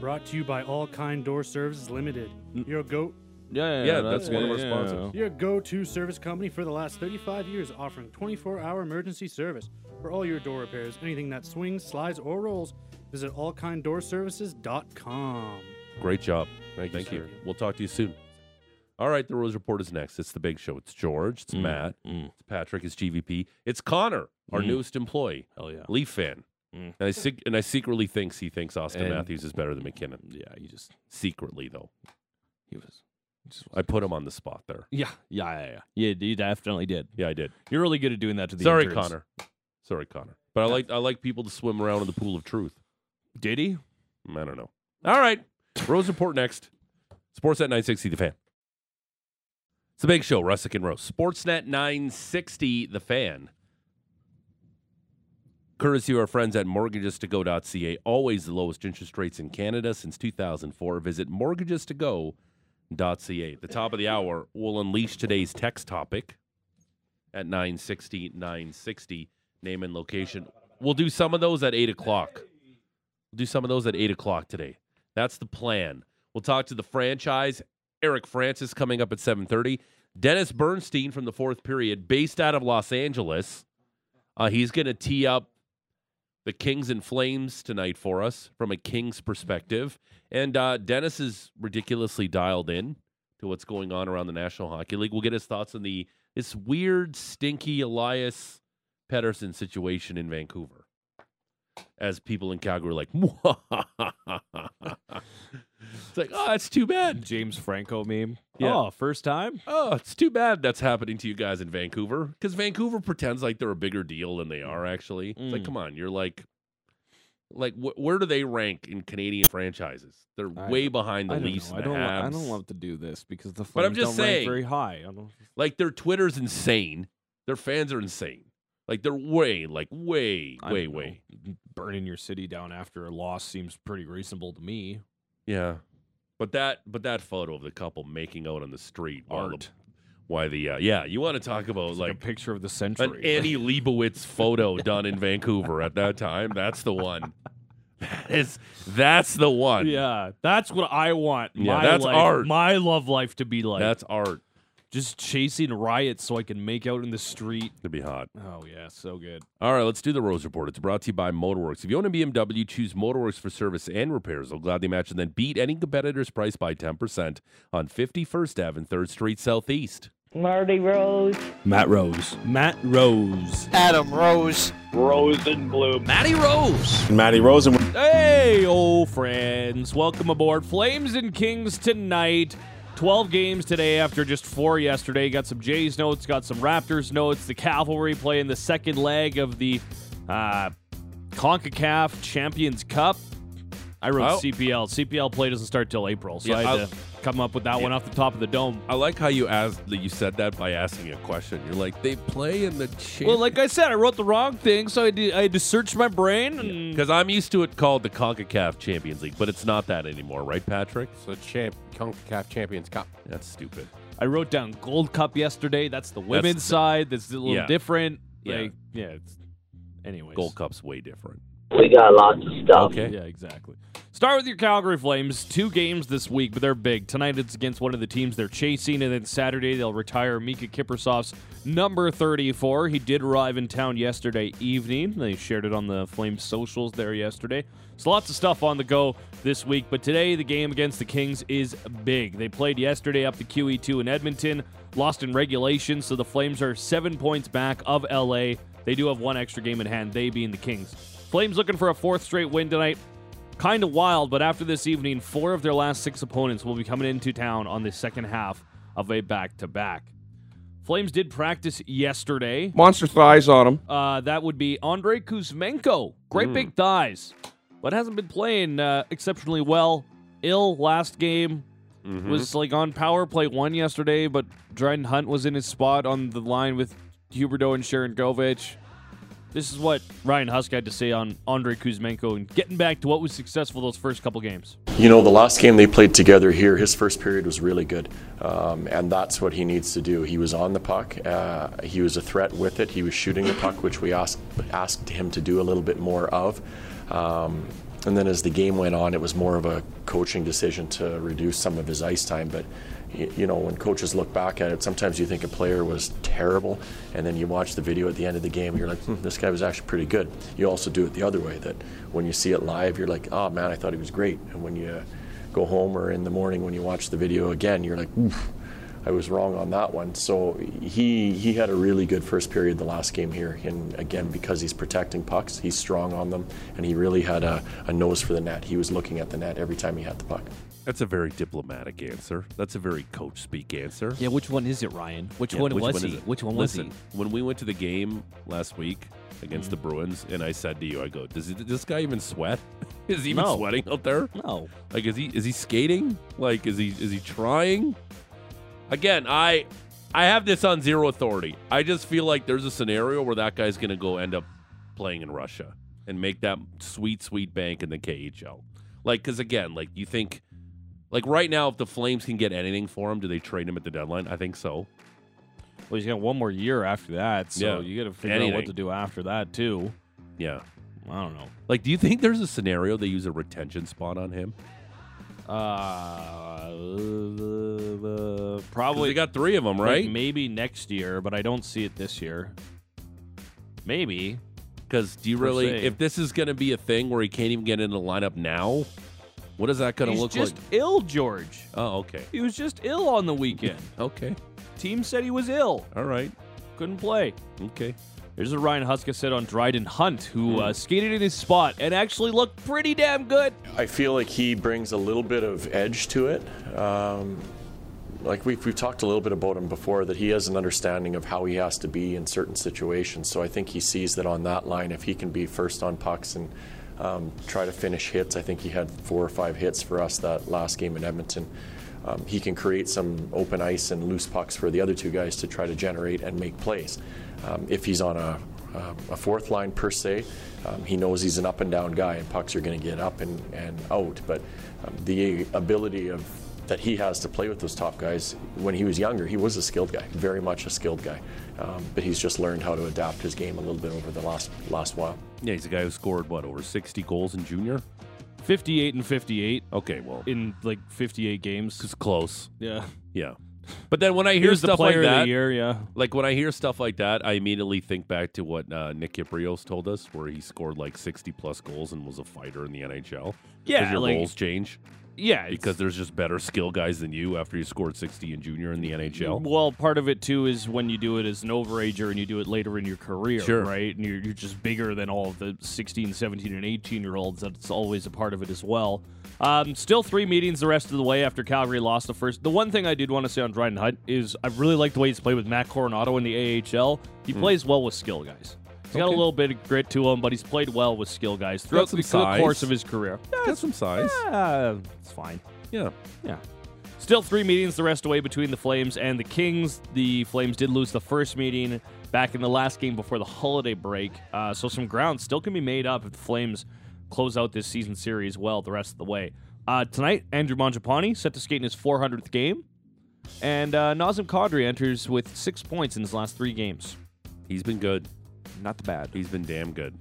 [SPEAKER 5] Brought to you by All Kind Door Services Limited. Your go
[SPEAKER 4] Yeah,
[SPEAKER 3] Yeah, that's one of our sponsors.
[SPEAKER 5] your go-to service company for the last 35 years, offering 24-hour emergency service for all your door repairs, anything that swings, slides, or rolls. Visit allkinddoorservices.com.
[SPEAKER 3] Great job.
[SPEAKER 6] Thank you, sir.
[SPEAKER 3] We'll talk to you soon. All right, the Rose Report is next. It's the big show. It's George. It's Matt.
[SPEAKER 4] mm.
[SPEAKER 3] It's Patrick. It's GVP. It's Connor, our
[SPEAKER 4] Mm.
[SPEAKER 3] newest employee,
[SPEAKER 4] Hell yeah.
[SPEAKER 3] Leaf fan.
[SPEAKER 4] Mm.
[SPEAKER 3] And I sec- and I secretly thinks he thinks Austin
[SPEAKER 6] And-
[SPEAKER 3] Matthews is better than McKinnon.
[SPEAKER 4] Yeah, you just
[SPEAKER 3] Secretly though,
[SPEAKER 4] he was. Just,
[SPEAKER 3] I put him on the spot there.
[SPEAKER 4] yeah, yeah, yeah, yeah. Yeah, you definitely did.
[SPEAKER 3] Yeah, I did.
[SPEAKER 4] You're really good at doing that to the
[SPEAKER 3] Sorry,
[SPEAKER 4] interns.
[SPEAKER 3] Connor. Sorry, Connor. But I like I like people to swim around in the pool of truth.
[SPEAKER 4] Did he?
[SPEAKER 3] Mm, I don't know. All right. Rose Report next. Sportsnet 960, The Fan. It's a big show, Russick and Rose. Sportsnet 960, The Fan. Courtesy of our friends at mortgages2go.ca. Always the lowest interest rates in Canada since 2004. Visit mortgages2go.ca. At the top of the hour, we'll unleash today's text topic at 960, 960. Name and location. We'll do some of those at 8 o'clock. We'll do some of those at eight o'clock today. That's the plan. We'll talk to the franchise. Eric Francis coming up at seven thirty. Dennis Bernstein from the fourth period, based out of Los Angeles. Uh, he's going to tee up the Kings and Flames tonight for us from a Kings perspective. And uh, Dennis is ridiculously dialed in to what's going on around the National Hockey League. We'll get his thoughts on the this weird, stinky Elias Pettersson situation in Vancouver as people in Calgary are like, it's like, oh, it's too bad.
[SPEAKER 4] James Franco meme.
[SPEAKER 3] Yeah.
[SPEAKER 4] Oh, first time.
[SPEAKER 3] Oh, it's too bad that's happening to you guys in Vancouver because Vancouver pretends like they're a bigger deal than they are. Actually, it's like,
[SPEAKER 4] Mm.
[SPEAKER 3] come on, you're like, like, wh- where do they rank in Canadian franchises? They're
[SPEAKER 4] I-
[SPEAKER 3] way behind the
[SPEAKER 4] I don't,
[SPEAKER 3] Leafs.
[SPEAKER 4] know. I
[SPEAKER 3] and the
[SPEAKER 4] don't. wa- I
[SPEAKER 3] Habs.
[SPEAKER 4] don't love to do this because the
[SPEAKER 3] But
[SPEAKER 4] Flames
[SPEAKER 3] I'm just
[SPEAKER 4] don't
[SPEAKER 3] saying-
[SPEAKER 4] rank very high. I don't.
[SPEAKER 3] Like their Twitter's insane. Their fans are insane. Like they're way, like way,
[SPEAKER 4] I
[SPEAKER 3] way,
[SPEAKER 4] don't know.
[SPEAKER 3] way.
[SPEAKER 4] Burning your city down after a loss seems pretty reasonable to me.
[SPEAKER 3] Yeah. But that, but that photo of the couple making out on the street, while the-
[SPEAKER 4] Art.
[SPEAKER 3] why the, uh, yeah, you want to talk about
[SPEAKER 4] It's
[SPEAKER 3] like,
[SPEAKER 4] like, a picture of the
[SPEAKER 3] an
[SPEAKER 4] century.
[SPEAKER 3] Annie Leibovitz photo done in Vancouver at that time. That's the one. That is that's the one.
[SPEAKER 4] yeah, that's what I want.
[SPEAKER 3] Yeah,
[SPEAKER 4] my
[SPEAKER 3] that's
[SPEAKER 4] life,
[SPEAKER 3] art.
[SPEAKER 4] My love life to be like
[SPEAKER 3] That's art.
[SPEAKER 4] just chasing riots so I can make out in the street.
[SPEAKER 3] To be hot.
[SPEAKER 4] Oh yeah, so good.
[SPEAKER 3] All right, let's do the Rose Report. It's brought to you by Motorworks. If you own a BMW, choose Motorworks for service and repairs. They'll gladly match and then beat any competitor's price by 10% on 51st Ave and 3rd Street Southeast.
[SPEAKER 8] Marty Rose.
[SPEAKER 4] Matt Rose. Matt Rose.
[SPEAKER 9] Adam Rose.
[SPEAKER 4] Hey, old friends. Welcome aboard Flames and Kings tonight. 12 games today after just four yesterday. Got some Jays notes, got some Raptors notes. The Cavalry play in the second leg of the uh, CONCACAF Champions Cup. I wrote
[SPEAKER 3] Oh.
[SPEAKER 4] CPL. CPL play doesn't start till April, so
[SPEAKER 3] Yeah,
[SPEAKER 4] I had
[SPEAKER 3] I'll-
[SPEAKER 4] to come up with that one off the top of the dome.
[SPEAKER 3] I like how you asked that you said that by asking a question. You're like, they play in the champ.
[SPEAKER 4] Well, like I said, I wrote the wrong thing, so I, did, I had to search my brain.
[SPEAKER 10] Mm.
[SPEAKER 4] And
[SPEAKER 3] because I'm used to it called the CONCACAF Champions League, but it's not that anymore, right, Patrick?
[SPEAKER 6] So champ, Concacaf Champions Cup.
[SPEAKER 3] That's stupid.
[SPEAKER 4] I wrote down Gold Cup yesterday. That's the women's
[SPEAKER 3] the-
[SPEAKER 4] side. That's a little
[SPEAKER 3] yeah.
[SPEAKER 4] different.
[SPEAKER 3] Yeah.
[SPEAKER 4] Like, yeah. It's, anyways.
[SPEAKER 3] Gold Cup's way different.
[SPEAKER 8] We got lots of stuff.
[SPEAKER 3] Okay.
[SPEAKER 4] Yeah, exactly. Start with your Calgary Flames. Two games this week, but they're big. Tonight it's against one of the teams they're chasing, and then Saturday they'll retire Mika Kiprusoff's number 34. He did arrive in town yesterday evening. They shared it on the Flames socials there yesterday. So lots of stuff on the go this week, but today the game against the Kings is big. They played yesterday up to QE2 in Edmonton, lost in regulation, so the Flames are seven points back of LA. They do have one extra game in hand, they being the Kings. Flames looking for a fourth straight win tonight. Kind of wild, but after this evening, four of their last six opponents will be coming into town on the second half of a back to back. Flames did practice yesterday.
[SPEAKER 8] Monster thighs on Mm. him.
[SPEAKER 4] Uh, that would be Andre Kuzmenko. Great big thighs, but hasn't been playing uh, exceptionally well. Ill last game. Was like on power play one yesterday, but Dryden Hunt was in his spot on the line with Huberdeau and Sharon Govich. This is what Ryan Husk had to say on Andre Kuzmenko and getting back to what was successful those first couple games.
[SPEAKER 9] You know, the last game they played together here, his first period was really good, um, and that's what he needs to do. He was on the puck, uh, he was a threat with it, he was shooting the puck, which we asked asked him to do a little bit more of. Um, and then as the game went on, it was more of a coaching decision to reduce some of his ice time. But y- you know, when coaches look back at it, sometimes you think a player was terrible, and then you watch the video at the end of the game, and you're like, hmm, this guy was actually pretty good. You also do it the other way that when you see it live, you're like, oh man, I thought he was great. And when you go home or in the morning when you watch the video again, you're like, oof, I was wrong on that one. So he he had a really good first period the last game here, and again because he's protecting pucks, he's strong on them, and he really had a, a nose for the net. He was looking at the net every time he had the puck.
[SPEAKER 3] That's a very diplomatic answer. That's a very coach speak answer.
[SPEAKER 10] Yeah, which one is it, Ryan? Which
[SPEAKER 3] Yeah,
[SPEAKER 10] one was
[SPEAKER 3] is
[SPEAKER 10] he?
[SPEAKER 3] it?
[SPEAKER 10] Which one
[SPEAKER 3] Listen,
[SPEAKER 10] was he? Mm.
[SPEAKER 3] When we went to the game last week against the Bruins, and I said to you, I go, does, he, does this guy even sweat? is he even
[SPEAKER 10] No.
[SPEAKER 3] sweating out there?
[SPEAKER 10] No.
[SPEAKER 3] Like, is he is he skating? Like, is he is he trying? Again, I I have this on zero authority. I just feel like there's a scenario where that guy's going to go end up playing in Russia and make that sweet sweet bank in the KHL. Like, because again, like you think, like right now, if the Flames can get anything for him, do they trade him at the deadline? I think so.
[SPEAKER 4] Well, he's got one more year after that,
[SPEAKER 3] Yeah.
[SPEAKER 4] so you got to figure out what
[SPEAKER 3] Anything.
[SPEAKER 4] to do after that too.
[SPEAKER 3] Yeah.
[SPEAKER 4] I don't know.
[SPEAKER 3] Like, do you think there's a scenario they use a retention spot on him?
[SPEAKER 4] Uh, uh, uh,
[SPEAKER 3] 'Cause
[SPEAKER 4] probably
[SPEAKER 3] they got three of them,
[SPEAKER 4] like,
[SPEAKER 3] right?
[SPEAKER 4] maybe next year, but I don't see it this year. Maybe
[SPEAKER 3] Because do you
[SPEAKER 4] per
[SPEAKER 3] really,
[SPEAKER 4] se.
[SPEAKER 3] if this is going to be a thing where he can't even get in the lineup now, what is that going to
[SPEAKER 4] he's
[SPEAKER 3] look
[SPEAKER 4] just
[SPEAKER 3] like?
[SPEAKER 4] ill, George.
[SPEAKER 3] Oh, okay,
[SPEAKER 4] He was just ill on the weekend.
[SPEAKER 3] okay,
[SPEAKER 4] Team said he was ill,
[SPEAKER 3] all right,
[SPEAKER 4] couldn't play.
[SPEAKER 3] okay.
[SPEAKER 4] There's what Ryan Huska said on Dryden Hunt, who
[SPEAKER 3] Hmm.
[SPEAKER 4] uh, skated in his spot and actually looked pretty damn good.
[SPEAKER 9] I feel like he brings a little bit of edge to it. Um, like we've, we've talked a little bit about him before, that he has an understanding of how he has to be in certain situations. So I think he sees that on that line, if he can be first on pucks and um, try to finish hits, I think he had four or five hits for us that last game in Edmonton. Um, he can create some open ice and loose pucks for the other two guys to try to generate and make plays. Um, if he's on a, a, a fourth line per se, um, he knows he's an up and down guy, and pucks are going to get up and, and out. But um, the ability of that he has to play with those top guys. When he was younger, he was a skilled guy, very much a skilled guy, um, but he's just learned how to adapt his game a little bit over the last last while.
[SPEAKER 3] Yeah, he's a guy who scored what over 60 goals in junior.
[SPEAKER 4] 58 and 58
[SPEAKER 3] Okay, well,
[SPEAKER 4] in like 58 games.
[SPEAKER 3] it's close.
[SPEAKER 4] Yeah.
[SPEAKER 3] Yeah, but then when I hear
[SPEAKER 4] Here's the
[SPEAKER 3] stuff like
[SPEAKER 4] player of
[SPEAKER 3] that,
[SPEAKER 4] the year, yeah.
[SPEAKER 3] Like when I hear stuff like that, I immediately think back to what uh, Nick Kiprios told us, where he scored like sixty plus goals and was a fighter in the NHL. 'Cause
[SPEAKER 4] Yeah,
[SPEAKER 3] your
[SPEAKER 4] like-
[SPEAKER 3] goals change
[SPEAKER 4] Yeah, it's-
[SPEAKER 3] because there's just better skill guys than you after you scored sixty in junior in the NHL.
[SPEAKER 4] Well, part of it too is when you do it as an overager and you do it later in your career,
[SPEAKER 3] Sure.
[SPEAKER 4] right? And you're, you're just bigger than all of the 16, 17, and 18 year olds. That's always a part of it as well. Um, still three meetings the rest of the way after Calgary lost the first. The one thing I did want to say on Dryden Hunt is I really like the way he's played with Matt Coronado in the AHL. He plays well with skill guys. He's got a
[SPEAKER 3] Okay.
[SPEAKER 4] little bit of grit to him, but he's played well with skill guys throughout
[SPEAKER 3] some
[SPEAKER 4] the, through the course
[SPEAKER 3] size.
[SPEAKER 4] of his career.
[SPEAKER 3] Got some size.
[SPEAKER 4] Yeah, it's fine.
[SPEAKER 3] Yeah.
[SPEAKER 4] Yeah. Still three meetings the rest away between the Flames and the Kings. The Flames did lose the first meeting back in the last game before the holiday break. Uh, so some ground still can be made up if the Flames close out this season series well the rest of the way. Uh, tonight, Andrew Mangiapane set to skate in his 400th game. And uh, Nazem Kadri enters with six points in his last three games.
[SPEAKER 3] He's been good.
[SPEAKER 10] Not the bad.
[SPEAKER 3] He's been damn good.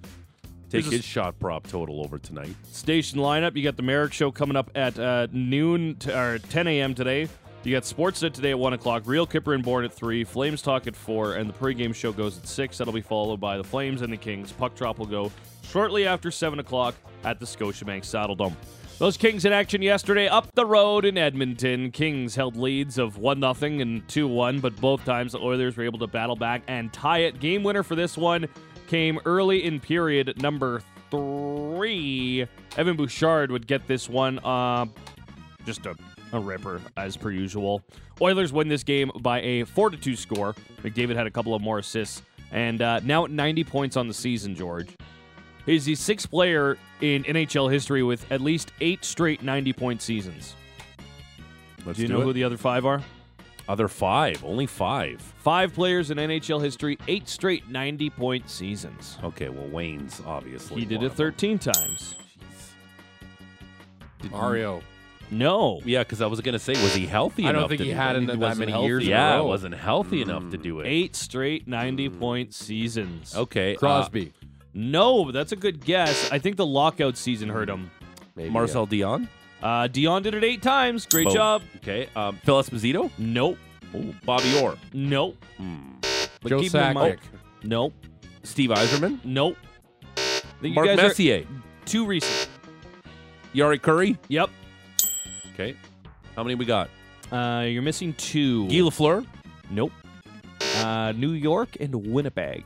[SPEAKER 3] Take
[SPEAKER 4] This is-
[SPEAKER 3] his shot prop total over tonight.
[SPEAKER 4] station lineup. You got the Merrick Show coming up at uh, noon t- or 10 a.m. today. You got Sportsnet today at 1 o'clock, Real Kipper and Board at 3, Flames Talk at 4, and the pregame show goes at 6. That'll be followed by the Flames and the Kings. Puck drop will go shortly after 7 o'clock at the Scotiabank Saddledome. Those Kings in action yesterday up the road in Edmonton. Kings held leads of 1 0 and 2 1, but both times the Oilers were able to battle back and tie it. Game winner for this one came early in period number three. Evan Bouchard would get this one. Uh, just a, a ripper, as per usual. Oilers win this game by a 4 2 score. McDavid had a couple of more assists. And uh, now at 90 points on the season, George. He's the sixth player in NHL history with at least eight straight 90 point seasons.
[SPEAKER 3] Let's
[SPEAKER 4] do you know who
[SPEAKER 3] it.
[SPEAKER 4] the other five are?
[SPEAKER 3] other five? Only five.
[SPEAKER 4] Five players in NHL history, eight straight 90 point seasons.
[SPEAKER 3] Okay, well Wayne's obviously
[SPEAKER 4] He did
[SPEAKER 3] one
[SPEAKER 4] it
[SPEAKER 3] of them.
[SPEAKER 4] 13 times.
[SPEAKER 3] Did-
[SPEAKER 6] Mario.
[SPEAKER 4] No.
[SPEAKER 3] Yeah, because I was gonna say, was he healthy?
[SPEAKER 6] I don't
[SPEAKER 3] enough
[SPEAKER 6] think
[SPEAKER 3] to
[SPEAKER 6] he
[SPEAKER 3] do
[SPEAKER 6] had
[SPEAKER 3] that?
[SPEAKER 6] it that
[SPEAKER 3] wasn't
[SPEAKER 6] many
[SPEAKER 3] healthy-
[SPEAKER 6] years in a
[SPEAKER 3] Yeah,
[SPEAKER 6] row.
[SPEAKER 3] wasn't healthy enough to do it. Mm.
[SPEAKER 4] Eight straight 90 point seasons.
[SPEAKER 3] Okay, uh,
[SPEAKER 6] Crosby.
[SPEAKER 4] No, but that's a good guess. I think the lockout season hurt him.
[SPEAKER 6] maybe,
[SPEAKER 3] Marcel Dion.
[SPEAKER 4] Uh, Dion did it eight times. Great
[SPEAKER 3] Boom.
[SPEAKER 4] job.
[SPEAKER 3] Okay, um, Phil Esposito.
[SPEAKER 4] Nope.
[SPEAKER 3] Oh, Bobby Orr. Hmm.
[SPEAKER 4] Nope.
[SPEAKER 6] yeah.
[SPEAKER 4] But
[SPEAKER 6] Joe
[SPEAKER 4] keep in mind-
[SPEAKER 6] Sakic.
[SPEAKER 4] Nope.
[SPEAKER 3] Steve Eiserman.
[SPEAKER 4] Nope. I think you
[SPEAKER 3] Mark
[SPEAKER 4] guys are
[SPEAKER 3] Messier.
[SPEAKER 4] too recent.
[SPEAKER 3] Yari Curry.
[SPEAKER 4] Yep.
[SPEAKER 3] Okay. How many we got?
[SPEAKER 4] Uh, you're missing two.
[SPEAKER 3] Guy Lafleur.
[SPEAKER 4] Nope. Uh, New York and Winnipeg.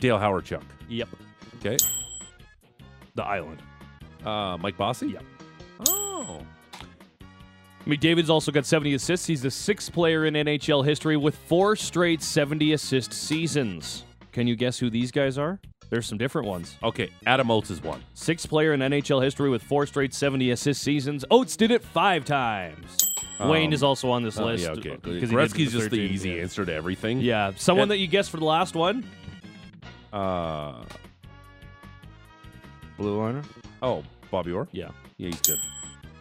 [SPEAKER 3] Dale Howard Chuck.
[SPEAKER 4] Yep.
[SPEAKER 3] Okay.
[SPEAKER 4] The island.
[SPEAKER 3] Uh, Mike Bossy.
[SPEAKER 4] Yep.
[SPEAKER 3] Oh.
[SPEAKER 4] McDavid's also got 70 assists. He's the sixth player in NHL history with four straight 70 assist seasons. Can you guess who these guys are? There's some different ones.
[SPEAKER 3] Okay. Adam Oates is one. Uh,
[SPEAKER 4] Sixth player in NHL history with four straight 70 assist seasons. Oates did it five times. Wayne
[SPEAKER 3] Um,
[SPEAKER 4] is also on this
[SPEAKER 3] Oh,
[SPEAKER 4] list.
[SPEAKER 3] yeah, okay.
[SPEAKER 4] he did it for
[SPEAKER 3] Gretzky's just the
[SPEAKER 4] 13,
[SPEAKER 3] easy
[SPEAKER 4] yeah.
[SPEAKER 3] answer to everything.
[SPEAKER 4] Yeah, someone
[SPEAKER 3] And-
[SPEAKER 4] that you guessed for the last one.
[SPEAKER 3] Uh,
[SPEAKER 4] Blue liner.
[SPEAKER 3] oh, Bobby Orr.
[SPEAKER 4] Yeah.
[SPEAKER 3] Yeah, he's good.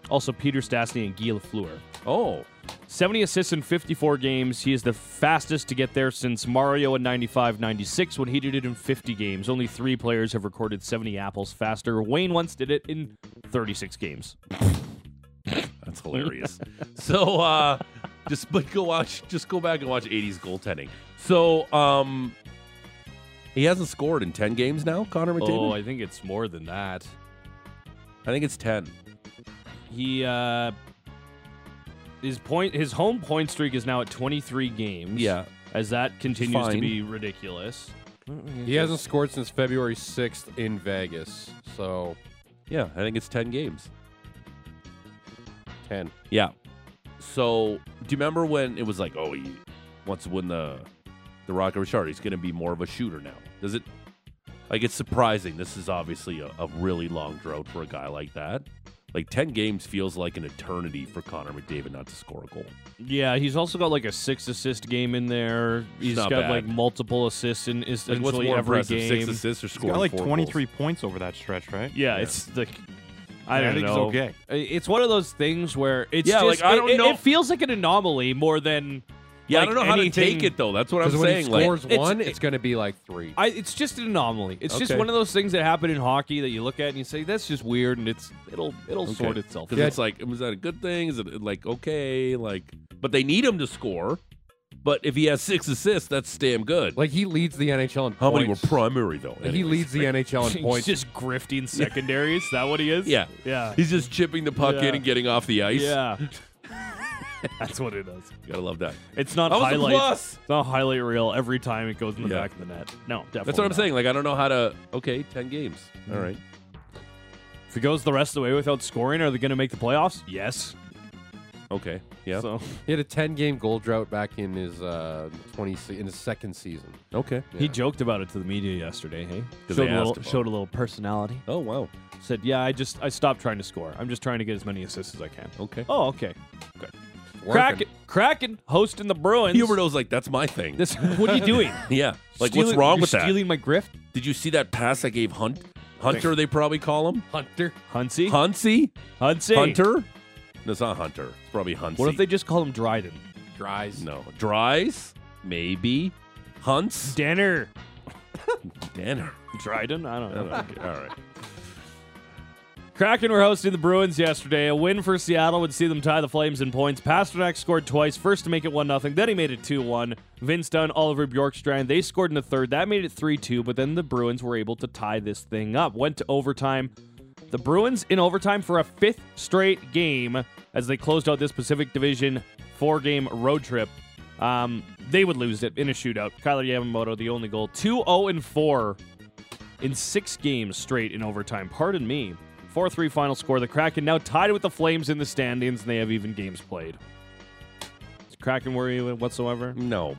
[SPEAKER 4] Also, Peter Stastny and Guy Lafleur.
[SPEAKER 3] Oh,
[SPEAKER 4] 70 assists in 54 games. He is the fastest to get there since Mario in 95 96 when he did it in 50 games. Only three players have recorded 70 apples faster. Wayne once did it in 36 games.
[SPEAKER 3] that's hilarious. so, uh, just but go watch. Just go back and watch '80s goaltending. So, um, he hasn't scored in ten games now, Connor McDavid.
[SPEAKER 4] Oh, I think it's more than that.
[SPEAKER 3] I think it's ten.
[SPEAKER 4] He, uh, his point, his home point streak is now at 23 games.
[SPEAKER 3] Yeah.
[SPEAKER 4] As that continues to
[SPEAKER 3] Fine.
[SPEAKER 4] be ridiculous. Oh.
[SPEAKER 6] He hasn't scored since February 6th in Vegas. So,
[SPEAKER 3] Yeah, I think it's ten games.
[SPEAKER 6] 10.
[SPEAKER 3] Yeah. So, do you remember when it was like, oh, he wants to win the the Rocket Richard. He's going to be more of a shooter now. Does it? Like, it's surprising. This is obviously a, a really long drought for a guy like that. Like, ten games feels like an eternity for Connor McDavid not to score a goal.
[SPEAKER 4] Yeah, he's also got like a six assist game in there. He's
[SPEAKER 3] not
[SPEAKER 4] got
[SPEAKER 3] bad.
[SPEAKER 4] like multiple assists in essentially
[SPEAKER 3] Like, what's more
[SPEAKER 4] every
[SPEAKER 3] impressive,
[SPEAKER 4] game.
[SPEAKER 3] six assists or
[SPEAKER 7] He's
[SPEAKER 3] scoring
[SPEAKER 7] got like
[SPEAKER 3] four
[SPEAKER 7] 23
[SPEAKER 3] goals?
[SPEAKER 7] points over that stretch, right?
[SPEAKER 4] Yeah, it's like I
[SPEAKER 7] Yeah, I
[SPEAKER 4] don't
[SPEAKER 7] think it's
[SPEAKER 4] know.
[SPEAKER 7] okay.
[SPEAKER 4] I- It's one of those things where it's
[SPEAKER 3] Yeah,
[SPEAKER 4] just-
[SPEAKER 3] like, I
[SPEAKER 4] it-
[SPEAKER 3] don't
[SPEAKER 4] it,
[SPEAKER 3] know-
[SPEAKER 4] It feels like an anomaly more than
[SPEAKER 3] Yeah,
[SPEAKER 4] like,
[SPEAKER 3] I don't know how to
[SPEAKER 4] anything-
[SPEAKER 3] take it though. That's what I'm
[SPEAKER 6] Because when he
[SPEAKER 3] saying. Like,
[SPEAKER 6] scores
[SPEAKER 4] it's-
[SPEAKER 6] one,
[SPEAKER 4] it-
[SPEAKER 6] it's going to be like three.
[SPEAKER 4] I, it's just an anomaly. It's just
[SPEAKER 3] Okay.
[SPEAKER 4] one of those things that happen in hockey that you look at and you say that's just weird, and it's it'll it'll
[SPEAKER 3] Okay.
[SPEAKER 4] sort itself.
[SPEAKER 3] Because
[SPEAKER 4] out.
[SPEAKER 3] it's like, is that a good thing? Is it like okay? Like, but they need him to score. But if he has six assists, that's damn good.
[SPEAKER 6] Like he leads the NHL in
[SPEAKER 3] How
[SPEAKER 6] points.
[SPEAKER 3] many were primary though?
[SPEAKER 6] He
[SPEAKER 3] Anyways.
[SPEAKER 6] leads the NHL in
[SPEAKER 4] He's
[SPEAKER 6] points.
[SPEAKER 4] just grifting secondary. is that what he is?
[SPEAKER 3] Yeah.
[SPEAKER 4] yeah,
[SPEAKER 3] He's just chipping the puck
[SPEAKER 4] Yeah.
[SPEAKER 3] in and getting off the ice.
[SPEAKER 4] yeah. that's what it is.
[SPEAKER 3] gotta love that.
[SPEAKER 4] It's not
[SPEAKER 3] That was a
[SPEAKER 4] highlight.
[SPEAKER 3] plus.
[SPEAKER 4] It's not highlight reel every time it goes in the
[SPEAKER 3] Yeah.
[SPEAKER 4] back of the net. No, definitely.
[SPEAKER 3] That's what I'm
[SPEAKER 4] not.
[SPEAKER 3] saying. Like I don't know how to. Okay, ten games. All right.
[SPEAKER 4] If he goes the rest of the way without scoring, are they going to make the playoffs? Yes.
[SPEAKER 3] Okay. Yeah.
[SPEAKER 4] So
[SPEAKER 6] He had a ten-game goal drought back in his uh, twenty se- in his second season.
[SPEAKER 3] okay.
[SPEAKER 4] he joked about it to the media yesterday. Hey,
[SPEAKER 3] 'Cause
[SPEAKER 4] showed
[SPEAKER 3] they
[SPEAKER 4] a little
[SPEAKER 3] asked about
[SPEAKER 4] showed a little personality.
[SPEAKER 3] Oh wow.
[SPEAKER 4] Said, "Yeah, I just I stopped trying to score. I'm just trying to get as many assists as I can."
[SPEAKER 3] Okay.
[SPEAKER 4] Oh, okay.
[SPEAKER 6] Working.
[SPEAKER 4] Kraken, Kraken hosting the Bruins.
[SPEAKER 3] Huberto's like that's my thing.
[SPEAKER 4] this, what are you doing?
[SPEAKER 3] yeah. Like what's
[SPEAKER 4] Stealing-
[SPEAKER 3] wrong
[SPEAKER 4] you're
[SPEAKER 3] with that?
[SPEAKER 4] Stealing my grift,
[SPEAKER 3] Did you see that pass I gave Hunt? Hunter, they probably call him
[SPEAKER 6] Hunter.
[SPEAKER 4] Huntsy.
[SPEAKER 3] Hunsy.
[SPEAKER 4] Huntsy.
[SPEAKER 3] Hunter. No, it's not Hunter. It's probably Hunsy.
[SPEAKER 4] What if they just call him Dryden?
[SPEAKER 6] Dries.
[SPEAKER 3] No. Dries. Maybe. Hunts.
[SPEAKER 4] Danner.
[SPEAKER 3] Danner.
[SPEAKER 4] Dryden? I don't
[SPEAKER 3] I don't
[SPEAKER 4] know.
[SPEAKER 3] know. Okay, All right.
[SPEAKER 4] Kraken were hosting the Bruins yesterday. A win for Seattle would see them tie the Flames in points. Pasternak scored twice, first to make it 1 0, then he made it 2 1. Vince Dunn, Oliver Bjorkstrand, they scored in the third. That made it 3 2, but then the Bruins were able to tie this thing up. Went to overtime. The Bruins in overtime for a fifth straight game as they closed out this Pacific Division four game road trip. Um, they would lose it in a shootout. Kyler Yamamoto, the only goal. 2 0 and 4 in six games straight in overtime. Pardon me. 4 3 final score. The Kraken now tied with the Flames in the standings, and they have even games played. Does Kraken worry you whatsoever?
[SPEAKER 3] No,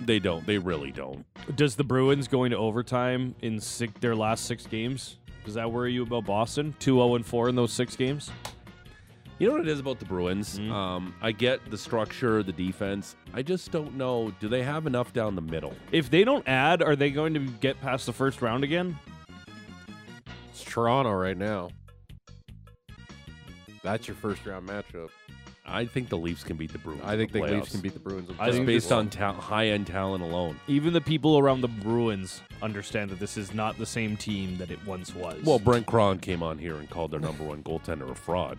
[SPEAKER 3] they don't. They really don't.
[SPEAKER 4] Does the Bruins going to overtime in six, their last six games? Does that worry you about Boston? 2 0 and 4 in those six games?
[SPEAKER 3] You know what it is about the Bruins? Um, I get the structure, the defense. I just don't know. Do they have enough down the middle?
[SPEAKER 4] If they don't add, are they going to get past the first round again?
[SPEAKER 6] It's Toronto right now. That's your first round matchup.
[SPEAKER 3] I think the Leafs can beat the Bruins.
[SPEAKER 6] I
[SPEAKER 3] in
[SPEAKER 6] think the Leafs
[SPEAKER 3] playoffs.
[SPEAKER 6] can beat the Bruins. in
[SPEAKER 4] I
[SPEAKER 3] Just
[SPEAKER 4] think
[SPEAKER 6] playoffs.
[SPEAKER 3] based on ta- high end talent alone.
[SPEAKER 4] Even the people around the Bruins understand that this is not the same team that it once was.
[SPEAKER 3] Well, Brent Cron came on here and called their number one goaltender a fraud.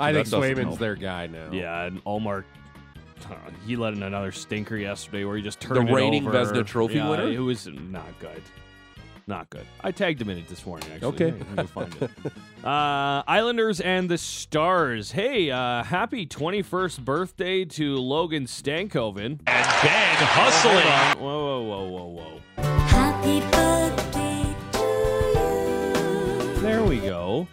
[SPEAKER 6] I
[SPEAKER 3] that
[SPEAKER 6] think
[SPEAKER 3] doesn't
[SPEAKER 6] Swayman's
[SPEAKER 3] help.
[SPEAKER 6] their guy now.
[SPEAKER 4] Yeah, and Allmark, uh, he let in another stinker yesterday where he just
[SPEAKER 3] The
[SPEAKER 4] turned it
[SPEAKER 3] reigning
[SPEAKER 4] over.
[SPEAKER 3] Vezina Trophy
[SPEAKER 4] Yeah,
[SPEAKER 3] winner?
[SPEAKER 4] It was not good. Not good. I tagged him in it this morning, actually.
[SPEAKER 3] Okay.
[SPEAKER 4] Here, you can find it. Uh, Islanders and the Stars. Hey, uh, happy 21st birthday to Logan Stankoven. And Ben hustling. Whoa, whoa, whoa, whoa, whoa.
[SPEAKER 8] Happy birthday to you.
[SPEAKER 4] There we go.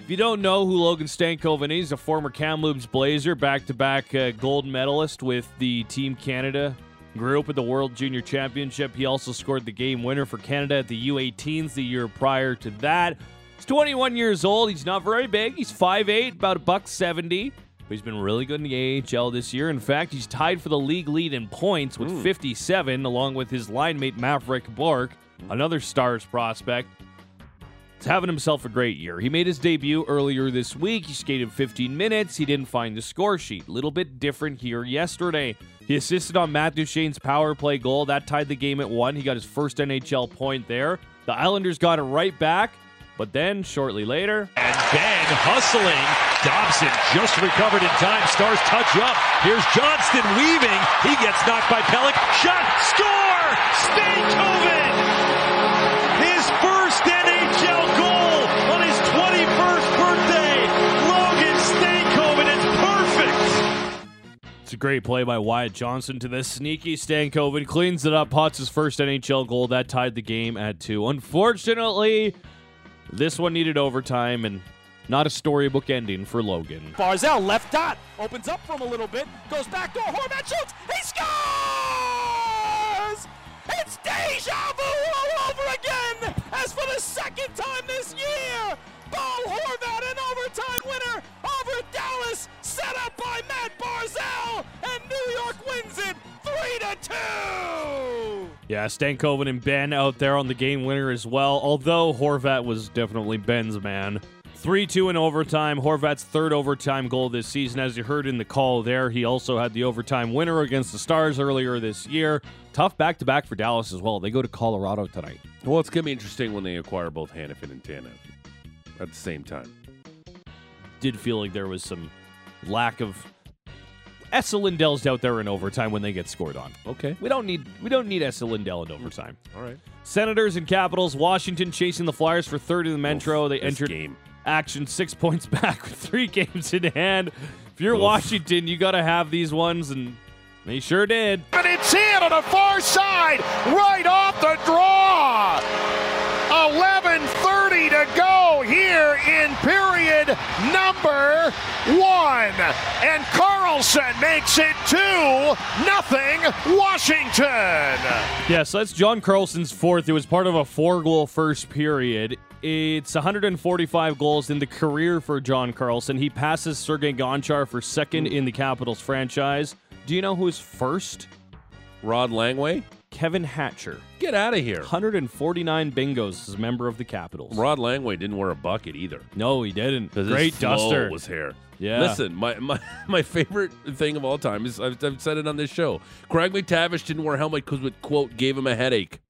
[SPEAKER 4] If you don't know who Logan Stankoven is, he's a former Kamloops Blazer, back-to-back uh, gold medalist with the Team Canada group at the World Junior Championship. He also scored the game winner for Canada at the U18s the year prior to that. He's 21 years old. He's not very big. He's 5'8", about a buck 70. But he's been really good in the AHL this year. In fact, he's tied for the league lead in points with 57, along with his line mate Maverick Bork, another Stars prospect. He's having himself a great year. He made his debut earlier this week. He skated 15 minutes. He didn't find the score sheet. A little bit different here yesterday. He assisted on Matt Duchene's power play goal. That tied the game at one. He got his first NHL point there. The Islanders got it right back, but then shortly later,
[SPEAKER 2] And Ben hustling. Dobson just recovered in time. Stars touch up. Here's Johnston weaving. He gets knocked by Pellick. Shot. Score. Stankoven. His first NHL goal on his 21st birthday. Logan Stankoven is perfect.
[SPEAKER 4] It's a great play by Wyatt Johnson to the sneaky Stankoven. Cleans it up, pots his first NHL goal. That tied the game at two. Unfortunately, this one needed overtime and not a storybook ending for Logan.
[SPEAKER 2] Barzell left dot opens up from a little bit, goes back door. Horvat shoots. He scores! It's deja vu all over again. As for the second time this year, Bo Horvat an overtime winner over Dallas, set up by Matt Barzell, and New York wins it three to two.
[SPEAKER 4] Yeah, Stankoven and Ben out there on the game winner as well, although Horvat was definitely Ben's man. 3 2 in overtime. Horvat's third overtime goal this season. As you heard in the call there, he also had the overtime winner against the Stars earlier this year. Tough back to back for Dallas as well. They go to Colorado tonight.
[SPEAKER 3] Well, it's gonna be interesting when they acquire both Hannafin and Tanev at the same time.
[SPEAKER 4] Did feel like there was some lack of. Essa Lindell's out there in overtime when they get scored on.
[SPEAKER 3] Okay.
[SPEAKER 4] We don't need we don't need Essa Lindell in overtime.
[SPEAKER 3] All right.
[SPEAKER 4] Senators and Capitals, Washington chasing the Flyers for third in the Metro.
[SPEAKER 3] Oof,
[SPEAKER 4] they
[SPEAKER 3] this
[SPEAKER 4] entered
[SPEAKER 3] game.
[SPEAKER 4] action six points back with three games in hand. If you're
[SPEAKER 3] Oof.
[SPEAKER 4] Washington, you got to have these ones, and they sure did.
[SPEAKER 2] And it's in on the far side, right off the draw. 11:30 to go here in period number one, and Carlson makes it two nothing Washington.
[SPEAKER 4] Yeah, so that's John Carlson's fourth. It was part of a four goal first period. It's 145 goals in the career for John Carlson. He passes Sergei Gonchar for second in the Capitals franchise. Do you know who's first?
[SPEAKER 3] Rod Langway,
[SPEAKER 4] Kevin Hatcher.
[SPEAKER 3] get out of here.
[SPEAKER 4] 149 bingos as a member of the Capitals.
[SPEAKER 3] Rod Langway didn't wear a bucket either.
[SPEAKER 4] No, he didn't.
[SPEAKER 3] 'Cause his
[SPEAKER 4] Great
[SPEAKER 3] flow
[SPEAKER 4] duster.
[SPEAKER 3] was hair.
[SPEAKER 4] Yeah.
[SPEAKER 3] Listen, my, my my favorite thing of all time is I've, I've said it on this show. Craig McTavish didn't wear a helmet because it quote gave him a headache.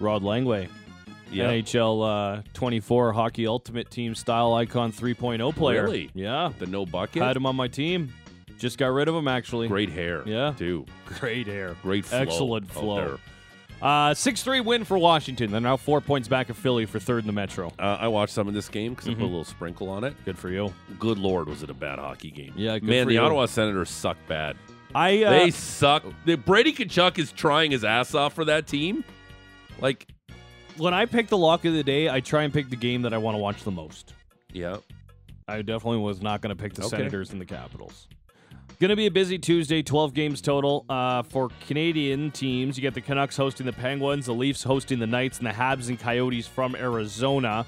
[SPEAKER 4] Rod Langway,
[SPEAKER 3] Yeah.
[SPEAKER 4] NHL uh, 24 Hockey Ultimate Team Style Icon 3.0 player.
[SPEAKER 3] Really?
[SPEAKER 4] Yeah.
[SPEAKER 3] The no bucket.
[SPEAKER 4] Had him on my team. Just got rid of him, actually.
[SPEAKER 3] Great hair.
[SPEAKER 4] Yeah.
[SPEAKER 3] Too.
[SPEAKER 4] Great hair.
[SPEAKER 3] Great flow.
[SPEAKER 4] Excellent
[SPEAKER 3] out
[SPEAKER 4] flow.
[SPEAKER 3] there.
[SPEAKER 4] Uh, 6 3 win for Washington. They're now four points back of Philly for third in the Metro.
[SPEAKER 3] Uh, I watched some of this game because I
[SPEAKER 4] Mm-hmm.
[SPEAKER 3] put a little sprinkle on it.
[SPEAKER 4] Good for you.
[SPEAKER 3] Good lord, was it a bad hockey game?
[SPEAKER 4] Yeah, good
[SPEAKER 3] man,
[SPEAKER 4] for
[SPEAKER 3] the
[SPEAKER 4] you.
[SPEAKER 3] Ottawa Senators suck bad.
[SPEAKER 4] I uh,
[SPEAKER 3] they suck. The- Brady Kachuk is trying his ass off for that team. Like,
[SPEAKER 4] When I pick the lock of the day, I try and pick the game that I want to watch the most.
[SPEAKER 3] yeah,
[SPEAKER 4] I definitely was not going to pick the
[SPEAKER 3] Okay.
[SPEAKER 4] Senators and the Capitals. Going to be a busy Tuesday, 12 games total. Uh, for Canadian teams, you get the Canucks hosting the Penguins, the Leafs hosting the Knights, and the Habs and Coyotes from Arizona.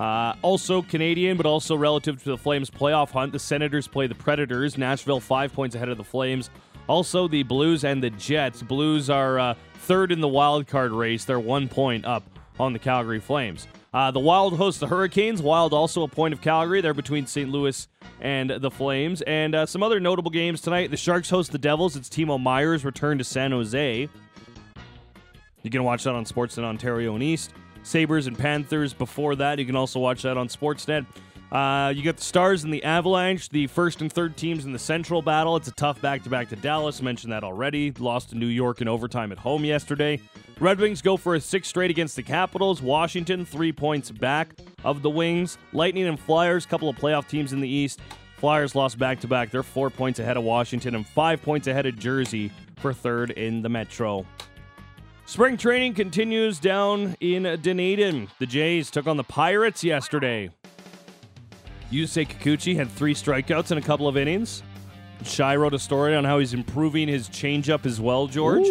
[SPEAKER 4] Uh, also Canadian, but also relative to the Flames playoff hunt, the Senators play the Predators. Nashville five points ahead of the Flames. Also the Blues and the Jets. Blues are uh, third in the wild card race. They're one point up on the Calgary Flames. Uh, the Wild hosts the Hurricanes. Wild also a point of Calgary. They're between St. Louis and the Flames. And uh, some other notable games tonight. The Sharks host the Devils. It's Timo Myers' return to San Jose. You can watch that on Sportsnet Ontario and East. Sabres and Panthers before that. You can also watch that on Sportsnet. Uh, you got the Stars and the Avalanche, the first and third teams in the Central battle. It's a tough back to back to Dallas. Mentioned that already. Lost to New York in overtime at home yesterday. Red Wings go for a six straight against the Capitals. Washington, three points back of the Wings. Lightning and Flyers, couple of playoff teams in the East. Flyers lost back to back. They're four points ahead of Washington and five points ahead of Jersey for third in the Metro. Spring training continues down in Dunedin. The Jays took on the Pirates yesterday. Yusei Kikuchi had three strikeouts in a couple of innings. Shai wrote a story on how he's improving his changeup as well, George.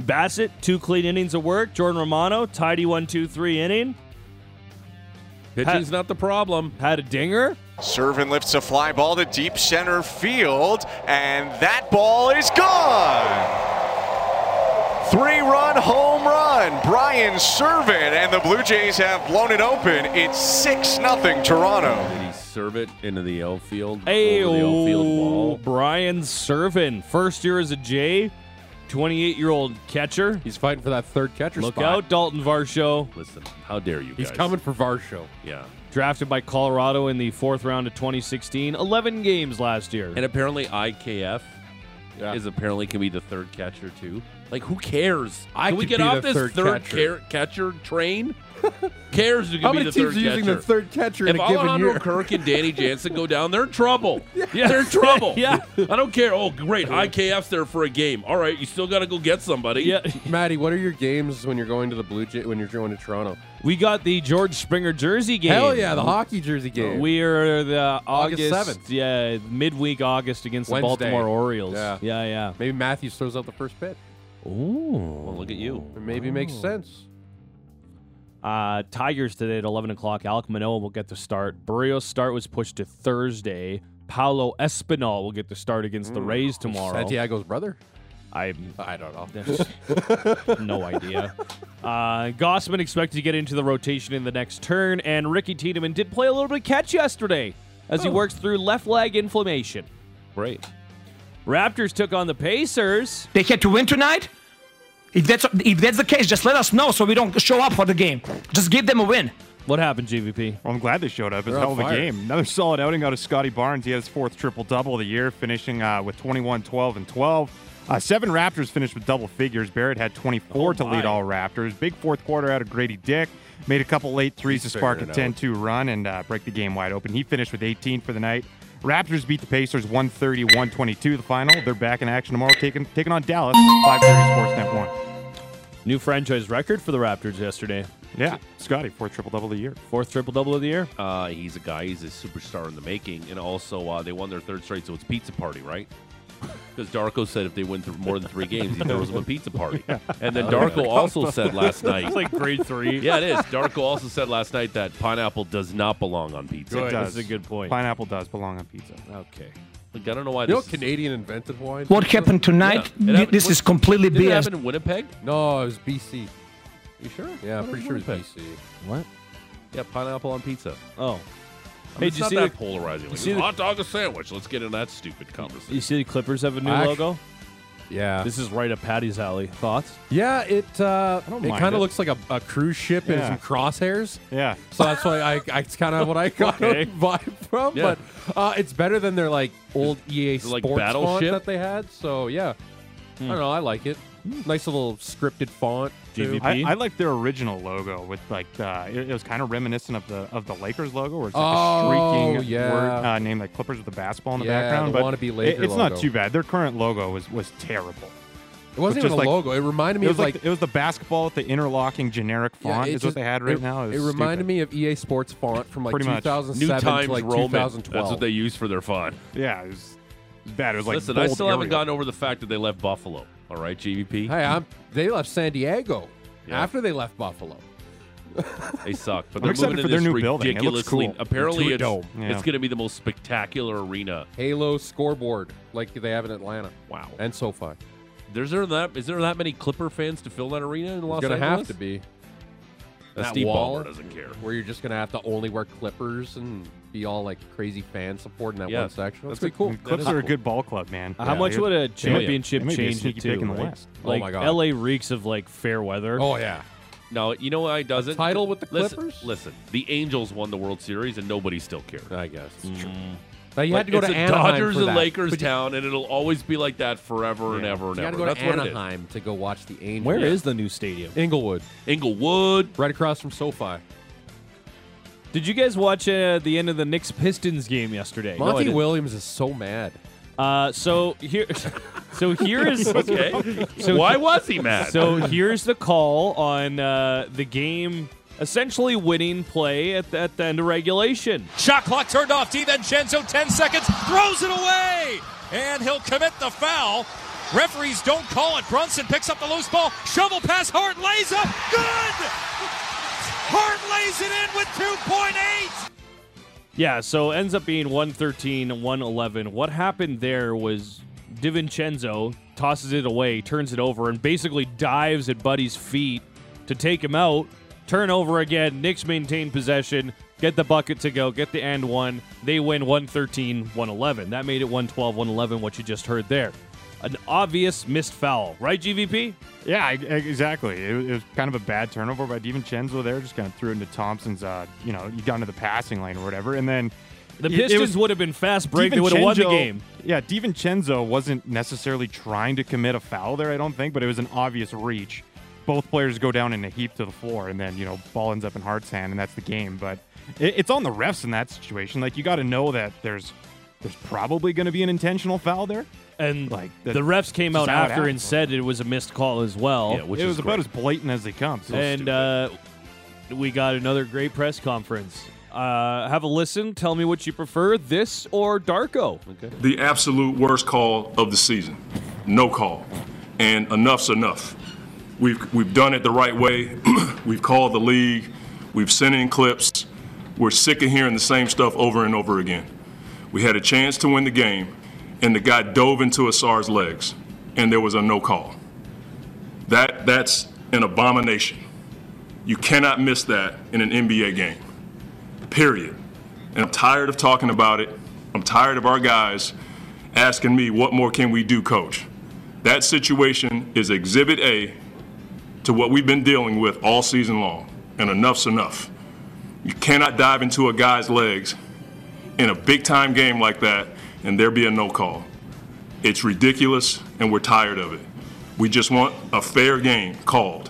[SPEAKER 4] Bassett, two clean innings of work. Jordan Romano, tidy one, two, three inning.
[SPEAKER 3] pitching's not the problem.
[SPEAKER 4] Had a dinger.
[SPEAKER 10] Servin lifts a fly ball to deep center field, and that ball is gone. Three run home run, Brian Servin, and the Blue Jays have blown it open. It's 6 0 Toronto.
[SPEAKER 3] Did he serve it into the outfield?
[SPEAKER 4] Hey, oh.
[SPEAKER 3] over the outfield wall.
[SPEAKER 4] Brian Servin, first year as a Jay, 28 year old catcher.
[SPEAKER 6] He's fighting for that third catcher
[SPEAKER 4] Look
[SPEAKER 6] spot.
[SPEAKER 4] out, Dalton Varsho.
[SPEAKER 3] Listen, how dare you?
[SPEAKER 6] He's
[SPEAKER 3] guys.
[SPEAKER 6] coming for Varsho.
[SPEAKER 3] Yeah,
[SPEAKER 4] drafted by Colorado in the fourth round of 2016. 11 games last year.
[SPEAKER 3] and apparently IKF
[SPEAKER 6] Yeah.
[SPEAKER 3] is apparently can be the third catcher too. Like, who cares?
[SPEAKER 6] I
[SPEAKER 3] can we
[SPEAKER 6] could
[SPEAKER 3] get
[SPEAKER 6] be
[SPEAKER 3] off
[SPEAKER 6] the
[SPEAKER 3] this
[SPEAKER 6] third catcher.
[SPEAKER 3] car- catcher train? cares who can
[SPEAKER 6] How
[SPEAKER 3] be
[SPEAKER 6] many
[SPEAKER 3] the
[SPEAKER 6] teams
[SPEAKER 3] third
[SPEAKER 6] are using
[SPEAKER 3] catcher?
[SPEAKER 6] the third catcher
[SPEAKER 3] if
[SPEAKER 6] in a given
[SPEAKER 3] Alejandro
[SPEAKER 6] year?
[SPEAKER 3] Kirk and Danny Jansen go down, they're in trouble.
[SPEAKER 4] Yeah.
[SPEAKER 3] They're in trouble.
[SPEAKER 4] Yeah.
[SPEAKER 3] I don't care. Oh, great. IKF's there for a game. All right, you still got to go get somebody.
[SPEAKER 4] yeah,
[SPEAKER 6] Maddie, what are your games when you're going to the Blue Jay when you're going to Toronto?
[SPEAKER 4] we got the George Springer jersey game.
[SPEAKER 6] Hell yeah, the hockey jersey game.
[SPEAKER 4] We are the August,
[SPEAKER 6] August 7th.
[SPEAKER 4] Yeah, midweek August against the
[SPEAKER 6] Wednesday.
[SPEAKER 4] Baltimore Orioles.
[SPEAKER 6] Yeah.
[SPEAKER 4] yeah.
[SPEAKER 6] Maybe Matthews throws out the first pitch.
[SPEAKER 4] yeah.
[SPEAKER 3] Well,
[SPEAKER 4] Ooh.
[SPEAKER 3] look at you.
[SPEAKER 6] It maybe makes
[SPEAKER 3] Oh.
[SPEAKER 6] sense.
[SPEAKER 4] Uh, Tigers today at 11 o'clock. Alec Manoa will get the start. Barrios' start was pushed to Thursday. Paolo Espinal will get the start against
[SPEAKER 6] Mm.
[SPEAKER 4] the Rays tomorrow.
[SPEAKER 6] Santiago's brother?
[SPEAKER 4] I'm
[SPEAKER 6] I don't know.
[SPEAKER 4] There's no idea. Uh, Gossman expected to get into the rotation in the next turn, and Ricky Tiedemann did play a little bit of catch yesterday as
[SPEAKER 7] Oh.
[SPEAKER 4] he works through left leg inflammation.
[SPEAKER 3] Great.
[SPEAKER 4] Raptors took on the Pacers.
[SPEAKER 11] they had to win tonight. If that's if that's the case, just let us know so we don't show up for the game. Just give them a win.
[SPEAKER 4] What happened, GVP?
[SPEAKER 7] Well, I'm glad they showed up. It's
[SPEAKER 6] They're
[SPEAKER 7] a hell of
[SPEAKER 6] on
[SPEAKER 7] a
[SPEAKER 6] fire.
[SPEAKER 7] game. Another solid outing out of Scotty Barnes. He had his fourth triple double of the year, finishing uh, with 21, 12, and 12. Uh, seven Raptors finished with double figures. Barrett had
[SPEAKER 6] Oh
[SPEAKER 7] 24 to lead all Raptors. Big fourth quarter out of Grady Dick. Made a couple late threes to spark a
[SPEAKER 3] figuring it
[SPEAKER 7] 10 2 run and uh, break the game wide open. He finished with 18 for the night. Raptors beat the Pacers 130 122 the final. They're back in action tomorrow, taking, taking on Dallas 530 Sportsnet 1.
[SPEAKER 4] New franchise record for the Raptors yesterday.
[SPEAKER 7] Yeah, Scotty, fourth triple double of the year.
[SPEAKER 4] Fourth triple double of the year.
[SPEAKER 3] Uh, he's a guy. He's a superstar in the making, and also uh, they won their third straight, so it's pizza party, right? Because Darko said if they win th- more than three games, he throws them a pizza party. And
[SPEAKER 7] Oh,
[SPEAKER 3] then Darko also said last night.
[SPEAKER 4] like grade three.
[SPEAKER 3] Yeah, it is. Darko also said last night that pineapple does not belong on pizza.
[SPEAKER 4] Good.
[SPEAKER 7] does.
[SPEAKER 4] This is a good point.
[SPEAKER 7] Pineapple does belong on pizza.
[SPEAKER 4] Okay.
[SPEAKER 3] Like, I don't know why.
[SPEAKER 6] You know,
[SPEAKER 3] this is-
[SPEAKER 6] Canadian invented wine.
[SPEAKER 11] What happened tonight?
[SPEAKER 3] Yeah, it
[SPEAKER 11] Th-
[SPEAKER 3] happened-
[SPEAKER 11] this
[SPEAKER 3] what-
[SPEAKER 11] is completely
[SPEAKER 3] Did it
[SPEAKER 11] BS.
[SPEAKER 3] happen in Winnipeg?
[SPEAKER 6] No, it was BC.
[SPEAKER 3] You sure?
[SPEAKER 6] Yeah, I'm
[SPEAKER 3] What
[SPEAKER 6] pretty
[SPEAKER 3] is
[SPEAKER 6] sure it was
[SPEAKER 3] Winnipeg?
[SPEAKER 6] BC.
[SPEAKER 4] What?
[SPEAKER 3] Yeah, pineapple on pizza.
[SPEAKER 4] Oh,
[SPEAKER 3] I
[SPEAKER 4] Hey,
[SPEAKER 3] mean, it's
[SPEAKER 4] did you
[SPEAKER 3] not
[SPEAKER 4] see
[SPEAKER 3] that
[SPEAKER 4] the-
[SPEAKER 3] polarizing. Like,
[SPEAKER 4] see the-
[SPEAKER 3] hot dog, a sandwich. Let's get into that stupid
[SPEAKER 4] you
[SPEAKER 3] conversation.
[SPEAKER 4] see the Clippers have a new
[SPEAKER 6] I-
[SPEAKER 4] logo?
[SPEAKER 6] Yeah.
[SPEAKER 4] This is right up Patty's alley. Thoughts?
[SPEAKER 6] Yeah, it uh,
[SPEAKER 7] don't
[SPEAKER 6] it
[SPEAKER 7] mind
[SPEAKER 6] kind
[SPEAKER 7] it.
[SPEAKER 6] of looks like a, a cruise ship and
[SPEAKER 7] Yeah.
[SPEAKER 6] some crosshairs.
[SPEAKER 7] Yeah.
[SPEAKER 6] So that's why I, I it's kind of what I got
[SPEAKER 4] Okay.
[SPEAKER 6] a vibe from.
[SPEAKER 4] Yeah.
[SPEAKER 6] But uh, it's better than their like old EA
[SPEAKER 3] it like
[SPEAKER 6] sports font
[SPEAKER 3] Battleship?
[SPEAKER 6] that they had. So yeah,
[SPEAKER 7] Hmm.
[SPEAKER 6] I don't know. I like it. Nice little scripted font. too.
[SPEAKER 4] GVP.
[SPEAKER 7] I, I like their original logo with like uh, it, it was kind of reminiscent of the of the Lakers logo, where it's like
[SPEAKER 6] Oh,
[SPEAKER 7] a shrieking
[SPEAKER 6] yeah.
[SPEAKER 7] word uh, named like Clippers with the basketball in the
[SPEAKER 6] Yeah,
[SPEAKER 7] background.
[SPEAKER 6] the
[SPEAKER 7] but
[SPEAKER 6] wannabe
[SPEAKER 7] it-
[SPEAKER 6] Laker
[SPEAKER 7] it's not
[SPEAKER 6] logo.
[SPEAKER 7] too bad. Their current logo was was terrible.
[SPEAKER 6] It wasn't even
[SPEAKER 7] It's
[SPEAKER 6] a
[SPEAKER 7] just like-
[SPEAKER 6] logo. It reminded me
[SPEAKER 7] it
[SPEAKER 6] of
[SPEAKER 7] was
[SPEAKER 6] like
[SPEAKER 7] like, it was the basketball with the interlocking generic
[SPEAKER 6] yeah,
[SPEAKER 7] font
[SPEAKER 6] it
[SPEAKER 7] is
[SPEAKER 6] just-
[SPEAKER 7] what they had right
[SPEAKER 6] it-
[SPEAKER 7] now. It,
[SPEAKER 6] It,
[SPEAKER 7] was
[SPEAKER 6] reminded
[SPEAKER 7] stupid.
[SPEAKER 6] me of EA Sports font from like
[SPEAKER 7] Pretty much.
[SPEAKER 6] 2007
[SPEAKER 3] New Times
[SPEAKER 6] to like
[SPEAKER 3] Roman.
[SPEAKER 6] 2012.
[SPEAKER 3] That's what they use for their font.
[SPEAKER 7] Yeah, it was, it was bad. It was like
[SPEAKER 3] Listen, I
[SPEAKER 7] bold
[SPEAKER 3] still haven't
[SPEAKER 7] Arial.
[SPEAKER 3] gotten over the fact that they left Buffalo. All right, GVP,
[SPEAKER 6] Hey, I'm, they left San Diego
[SPEAKER 3] Yeah.
[SPEAKER 6] after they left Buffalo.
[SPEAKER 3] they suck. But
[SPEAKER 7] I'm
[SPEAKER 3] they're
[SPEAKER 7] excited
[SPEAKER 3] moving
[SPEAKER 7] for
[SPEAKER 3] to
[SPEAKER 7] their
[SPEAKER 3] this
[SPEAKER 7] new building. It looks
[SPEAKER 3] ridiculously-
[SPEAKER 7] cool.
[SPEAKER 3] Apparently,
[SPEAKER 6] Into a
[SPEAKER 3] it's,
[SPEAKER 6] dome.
[SPEAKER 7] Yeah.
[SPEAKER 3] it's going to be the most spectacular arena.
[SPEAKER 6] Halo scoreboard like they have in Atlanta.
[SPEAKER 3] Wow.
[SPEAKER 6] And SoFi.
[SPEAKER 3] There's there that is there that many Clipper fans to fill that arena in
[SPEAKER 6] It's
[SPEAKER 3] Los
[SPEAKER 6] going to
[SPEAKER 3] Angeles?
[SPEAKER 6] have to be
[SPEAKER 3] That
[SPEAKER 6] That
[SPEAKER 3] Steve
[SPEAKER 6] wall.
[SPEAKER 3] Ballmer doesn't care.
[SPEAKER 6] where you're just going to have to only wear clippers and be all like crazy fan support in that
[SPEAKER 3] Yeah.
[SPEAKER 6] one section. That's, pretty
[SPEAKER 7] That's
[SPEAKER 6] cool.
[SPEAKER 7] The Clips
[SPEAKER 6] That is
[SPEAKER 7] are a
[SPEAKER 6] cool.
[SPEAKER 7] good ball club, man.
[SPEAKER 4] How much would a championship
[SPEAKER 7] They might be a
[SPEAKER 4] change it
[SPEAKER 7] sneaky
[SPEAKER 4] to?
[SPEAKER 7] pick in the
[SPEAKER 4] right?
[SPEAKER 7] West.
[SPEAKER 6] Oh
[SPEAKER 4] Like
[SPEAKER 6] my God.
[SPEAKER 4] LA reeks of like fair weather.
[SPEAKER 6] Oh, yeah.
[SPEAKER 3] No, you know why it doesn't?
[SPEAKER 6] title with the
[SPEAKER 3] Listen-
[SPEAKER 6] Clippers?
[SPEAKER 3] Listen, the Angels won the World Series and nobody still cared.
[SPEAKER 6] I guess. Now, you had to go
[SPEAKER 3] it's
[SPEAKER 6] to
[SPEAKER 3] a
[SPEAKER 6] Anaheim
[SPEAKER 3] Dodgers
[SPEAKER 6] for
[SPEAKER 3] and
[SPEAKER 6] that.
[SPEAKER 3] Lakers
[SPEAKER 6] But you-
[SPEAKER 3] town, and it'll always be like that forever and
[SPEAKER 7] Yeah.
[SPEAKER 3] ever and
[SPEAKER 6] You got
[SPEAKER 3] ever.
[SPEAKER 6] to go to
[SPEAKER 3] That's what it is.
[SPEAKER 6] Anaheim to go watch the Angels.
[SPEAKER 4] Where is
[SPEAKER 6] Yeah.
[SPEAKER 4] the new stadium?
[SPEAKER 6] Inglewood?
[SPEAKER 3] Inglewood.
[SPEAKER 6] Right across from SoFi.
[SPEAKER 4] Did you guys watch uh, the end of the Knicks Pistons game yesterday?
[SPEAKER 6] Monty Williams is so mad.
[SPEAKER 4] Uh, so here, so here is
[SPEAKER 3] Okay.
[SPEAKER 4] So
[SPEAKER 3] Why was he mad?
[SPEAKER 4] So here's the call on uh, the game essentially winning play at the, at the end of regulation.
[SPEAKER 2] Shot clock turned off. DiVincenzo, 10 seconds, throws it away, and he'll commit the foul. Referees don't call it. Brunson picks up the loose ball, shovel pass, Hart lays up, good! Hart lays it in with 2.8!
[SPEAKER 4] Yeah, so ends up being 113, 111. What happened there was DiVincenzo tosses it away, turns it over, and basically dives at Buddy's feet to take him out. Turnover again. Knicks maintain possession, get the bucket to go, get the end one. They win 113, 111. That made it 112, 111, what you just heard there. An obvious missed foul, right, GVP?
[SPEAKER 7] Yeah, I- I- exactly. It, was- it was kind of a bad turnover by DiVincenzo there, just kind of threw it into Thompson's. Uh, you know, you got into the passing lane or whatever, and then
[SPEAKER 4] The
[SPEAKER 7] it- it
[SPEAKER 4] Pistons
[SPEAKER 7] was-
[SPEAKER 4] would have been fast break. They would have won the
[SPEAKER 7] DiVincenzo-
[SPEAKER 4] game.
[SPEAKER 7] Yeah, DiVincenzo wasn't necessarily trying to commit a foul there, I don't think, but it was an obvious reach. Both players go down in a heap to the floor, and then you know ball ends up in Hart's hand, and that's the game. But it, it's on the refs in that situation. Like you got to know that there's there's probably going to be an intentional foul there.
[SPEAKER 4] And like
[SPEAKER 7] Like,
[SPEAKER 4] the,
[SPEAKER 7] that-
[SPEAKER 4] refs came
[SPEAKER 7] this
[SPEAKER 4] out
[SPEAKER 7] is how it
[SPEAKER 4] after and
[SPEAKER 7] happened.
[SPEAKER 4] said it was a missed call as well.
[SPEAKER 3] Yeah, which
[SPEAKER 7] it
[SPEAKER 3] is
[SPEAKER 7] was about
[SPEAKER 3] great.
[SPEAKER 7] as blatant as they come. So
[SPEAKER 4] and
[SPEAKER 7] stupid.
[SPEAKER 4] uh, we got another great press conference. Uh, have a listen. Tell me what you prefer, this or Darko.
[SPEAKER 12] the absolute worst call of the season. No call. And enough's enough. We've, we've done it the right way. we've called the league. We've sent in clips. We're sick of hearing the same stuff over and over again. We had a chance to win the game, and the guy dove into Asar's legs, and there was a no call. That, that's an abomination. You cannot miss that in an NBA game period. And I'm tired of talking about it. I'm tired of our guys asking me, what more can we do, coach? That situation is exhibit A to what we've been dealing with all season long, and enough's enough. You cannot dive into a guy's legs in a big time game like that and there be a no call. It's ridiculous, and we're tired of it. We just want a fair game called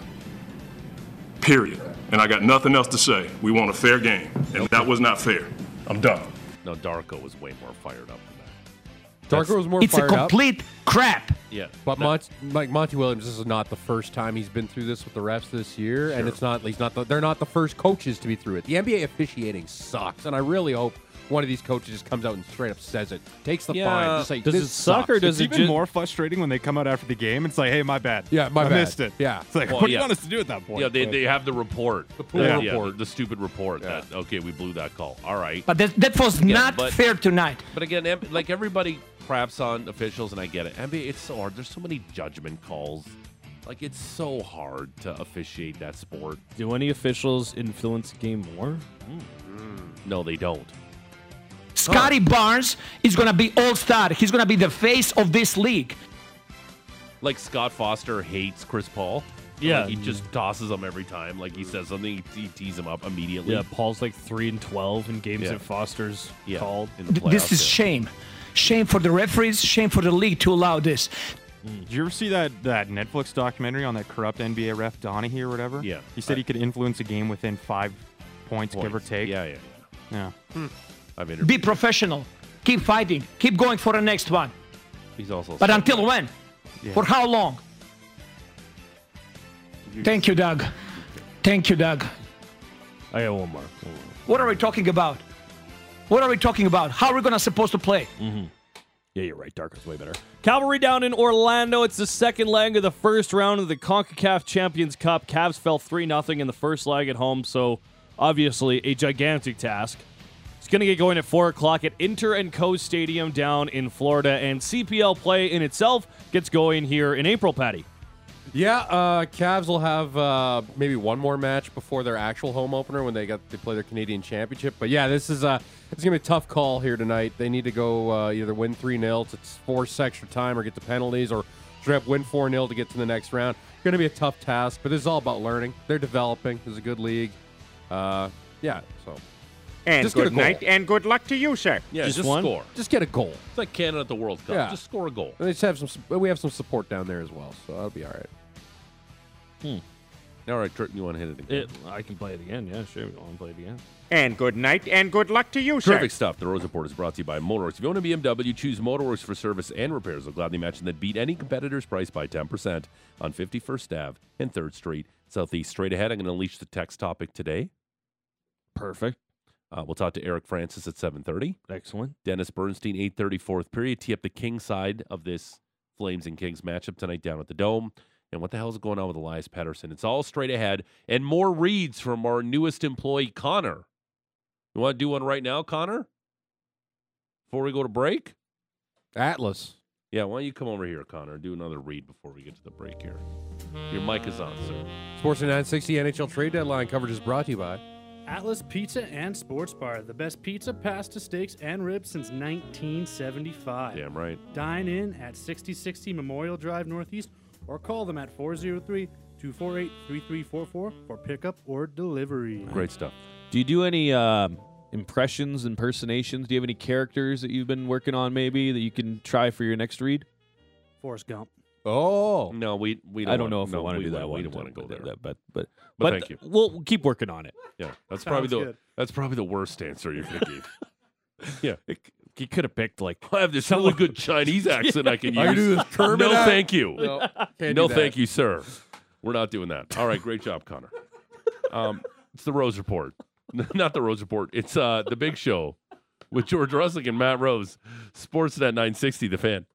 [SPEAKER 12] period. And I got nothing else to say. We want a fair game, and that was not fair. I'm done.
[SPEAKER 3] No, Darko was way more fired up than that.
[SPEAKER 6] Darker was more
[SPEAKER 11] It's a
[SPEAKER 6] fired up.
[SPEAKER 11] complete crap.
[SPEAKER 3] Yeah.
[SPEAKER 6] But Mont- like Monty Williams, this is not the first time he's been through this with the refs this year, and it's not he's not the, they're not the first coaches to be through it. The NBA officiating sucks, and I really hope one of these coaches just comes out and straight up says it, takes the
[SPEAKER 4] Yeah.
[SPEAKER 6] fine, just like
[SPEAKER 4] Does
[SPEAKER 6] this
[SPEAKER 4] it suck
[SPEAKER 6] sucks.
[SPEAKER 4] or does
[SPEAKER 7] it's
[SPEAKER 4] it
[SPEAKER 7] even
[SPEAKER 4] just-
[SPEAKER 7] more frustrating when they come out after the game and say, "Hey, my bad.
[SPEAKER 6] Yeah, my
[SPEAKER 7] I
[SPEAKER 6] bad.
[SPEAKER 7] missed it.
[SPEAKER 6] Yeah.
[SPEAKER 7] it's like
[SPEAKER 3] Well,
[SPEAKER 7] what do
[SPEAKER 3] yeah.
[SPEAKER 7] you want us to do at that point?
[SPEAKER 3] Yeah, they,
[SPEAKER 7] But-
[SPEAKER 3] they have the report. The
[SPEAKER 6] pool
[SPEAKER 3] the,
[SPEAKER 6] report.
[SPEAKER 3] the stupid report. That, okay, we blew that call. All right.
[SPEAKER 11] But that, that was not
[SPEAKER 3] but-
[SPEAKER 11] fair tonight.
[SPEAKER 3] But again, em- like everybody craps on officials, and I get it. NBA, it's so hard. There's so many judgment calls. Like it's so hard to officiate that sport.
[SPEAKER 4] Do any officials influence the game more?
[SPEAKER 3] No, they don't.
[SPEAKER 11] Scotty Barnes is gonna be all star. He's gonna be the face of this league.
[SPEAKER 3] like Scott Foster hates Chris Paul.
[SPEAKER 4] Yeah.
[SPEAKER 3] Like, he just tosses him every time. Like he says something, he, he tees him up immediately.
[SPEAKER 4] Yeah, Paul's like three and twelve in games
[SPEAKER 3] Yeah.
[SPEAKER 4] that Foster's
[SPEAKER 3] Yeah.
[SPEAKER 4] called.
[SPEAKER 3] In
[SPEAKER 11] Th- This is shame. Shame for the referees, shame for the league to allow this.
[SPEAKER 7] Mm, Did you ever see that, that Netflix documentary on that corrupt NBA ref Donahue or whatever?
[SPEAKER 3] Yeah.
[SPEAKER 7] He said he could influence a game within five points, give or
[SPEAKER 3] Points.
[SPEAKER 7] take.
[SPEAKER 3] Yeah, yeah,
[SPEAKER 7] Yeah.
[SPEAKER 3] I've
[SPEAKER 11] Be professional. Keep fighting. Keep going for the next one.
[SPEAKER 3] He's also.
[SPEAKER 11] But until when?
[SPEAKER 3] Yeah.
[SPEAKER 11] For how long? Thank you, Doug. Thank you, Doug.
[SPEAKER 4] I got one more.
[SPEAKER 11] What are we talking about? What are we talking about? How are we gonna supposed to play?
[SPEAKER 4] Mm-hmm. Yeah, you're right. Dark is way better. Cavalry down in Orlando. It's the second leg of the first round of the CONCACAF Champions Cup. Cavs fell 3 0 in the first leg at home, so obviously a gigantic task. It's going to get going at 4 o'clock at Inter and Co Stadium down in Florida, and CPL play in itself gets going here in April, Patty.
[SPEAKER 6] Yeah, uh, Cavs will have uh, maybe one more match before their actual home opener when they got to play their Canadian Championship. But yeah, this is uh, it's gonna be a tough call here tonight. They need to go uh, either win three 0 to force extra time or get the penalties, or straight up win four 0 to get to the next round. Gonna be a tough task, but this is all about learning. They're developing. This is a good league. Uh, yeah, so
[SPEAKER 13] And
[SPEAKER 6] Just get a
[SPEAKER 13] good
[SPEAKER 6] goal.
[SPEAKER 13] night and good luck to you, sir.
[SPEAKER 3] Yeah, just, score.
[SPEAKER 6] Just get a goal.
[SPEAKER 3] It's like Canada at the World Cup.
[SPEAKER 6] Yeah.
[SPEAKER 3] Just score a goal.
[SPEAKER 6] And they just have some. We have some support down there as well, so that'll be all right.
[SPEAKER 3] All right, Triton, you want to hit it again?
[SPEAKER 4] It, I can play it again. Yeah, sure. I want to play it again.
[SPEAKER 13] And good night and good luck to you, sir.
[SPEAKER 3] Perfect stuff. The Rose Report is brought to you by Motorworks. If you own a BMW, choose Motorworks for service and repairs. They'll gladly match and then beat any competitor's price by 10% on 51st Ave and 3rd Street Southeast. Straight ahead, I'm going to unleash the text topic today.
[SPEAKER 4] Perfect.
[SPEAKER 3] Uh, we'll talk to Eric Francis at 7.30.
[SPEAKER 4] Excellent.
[SPEAKER 3] Dennis Bernstein, 8.30, fourth period. Tee up the king side of this Flames and Kings matchup tonight down at the Dome. And what the hell is going on with Elias Patterson? It's all straight ahead. And more reads from our newest employee, Connor. You want to do one right now, Connor? Before we go to break?
[SPEAKER 6] Atlas.
[SPEAKER 3] Yeah, why don't you come over here, Connor, and do another read before we get to the break here. Your mic is on, sir.
[SPEAKER 6] Sports 960 NHL trade deadline coverage is brought to you by.
[SPEAKER 5] Atlas Pizza and Sports Bar, the best pizza, pasta, steaks, and ribs since 1975.
[SPEAKER 3] Damn right.
[SPEAKER 5] Dine in at 6060 Memorial Drive Northeast or call them at 403 248 3344 for pickup or delivery.
[SPEAKER 3] Great stuff.
[SPEAKER 4] Do you do any um, impressions, impersonations? Do you have any characters that you've been working on maybe that you can try for your next read?
[SPEAKER 5] Forrest Gump.
[SPEAKER 6] Oh
[SPEAKER 3] no, we we don't
[SPEAKER 4] I don't
[SPEAKER 3] want-
[SPEAKER 4] know if
[SPEAKER 3] no,
[SPEAKER 4] I want to
[SPEAKER 3] we
[SPEAKER 4] do that
[SPEAKER 3] won't-
[SPEAKER 4] one.
[SPEAKER 3] We don't want to go there.
[SPEAKER 4] But but but,
[SPEAKER 3] But thank you.
[SPEAKER 4] We'll keep working on it.
[SPEAKER 3] Yeah, that's
[SPEAKER 4] Sounds
[SPEAKER 3] probably the
[SPEAKER 4] good.
[SPEAKER 3] that's probably the worst answer you could give. yeah,
[SPEAKER 4] you could have picked like
[SPEAKER 3] I have this hella good Chinese accent I can use.
[SPEAKER 4] I can do this Kermit
[SPEAKER 3] no,
[SPEAKER 4] act.
[SPEAKER 3] thank you.
[SPEAKER 4] No, can't
[SPEAKER 3] No,
[SPEAKER 4] do that.
[SPEAKER 3] thank you, sir. We're not doing that. All right, great job, Connor. Um, it's the Rose Report, not the Rose Report. It's uh the Big Show with George Russick and Matt Rose, Sportsnet 960, the fan.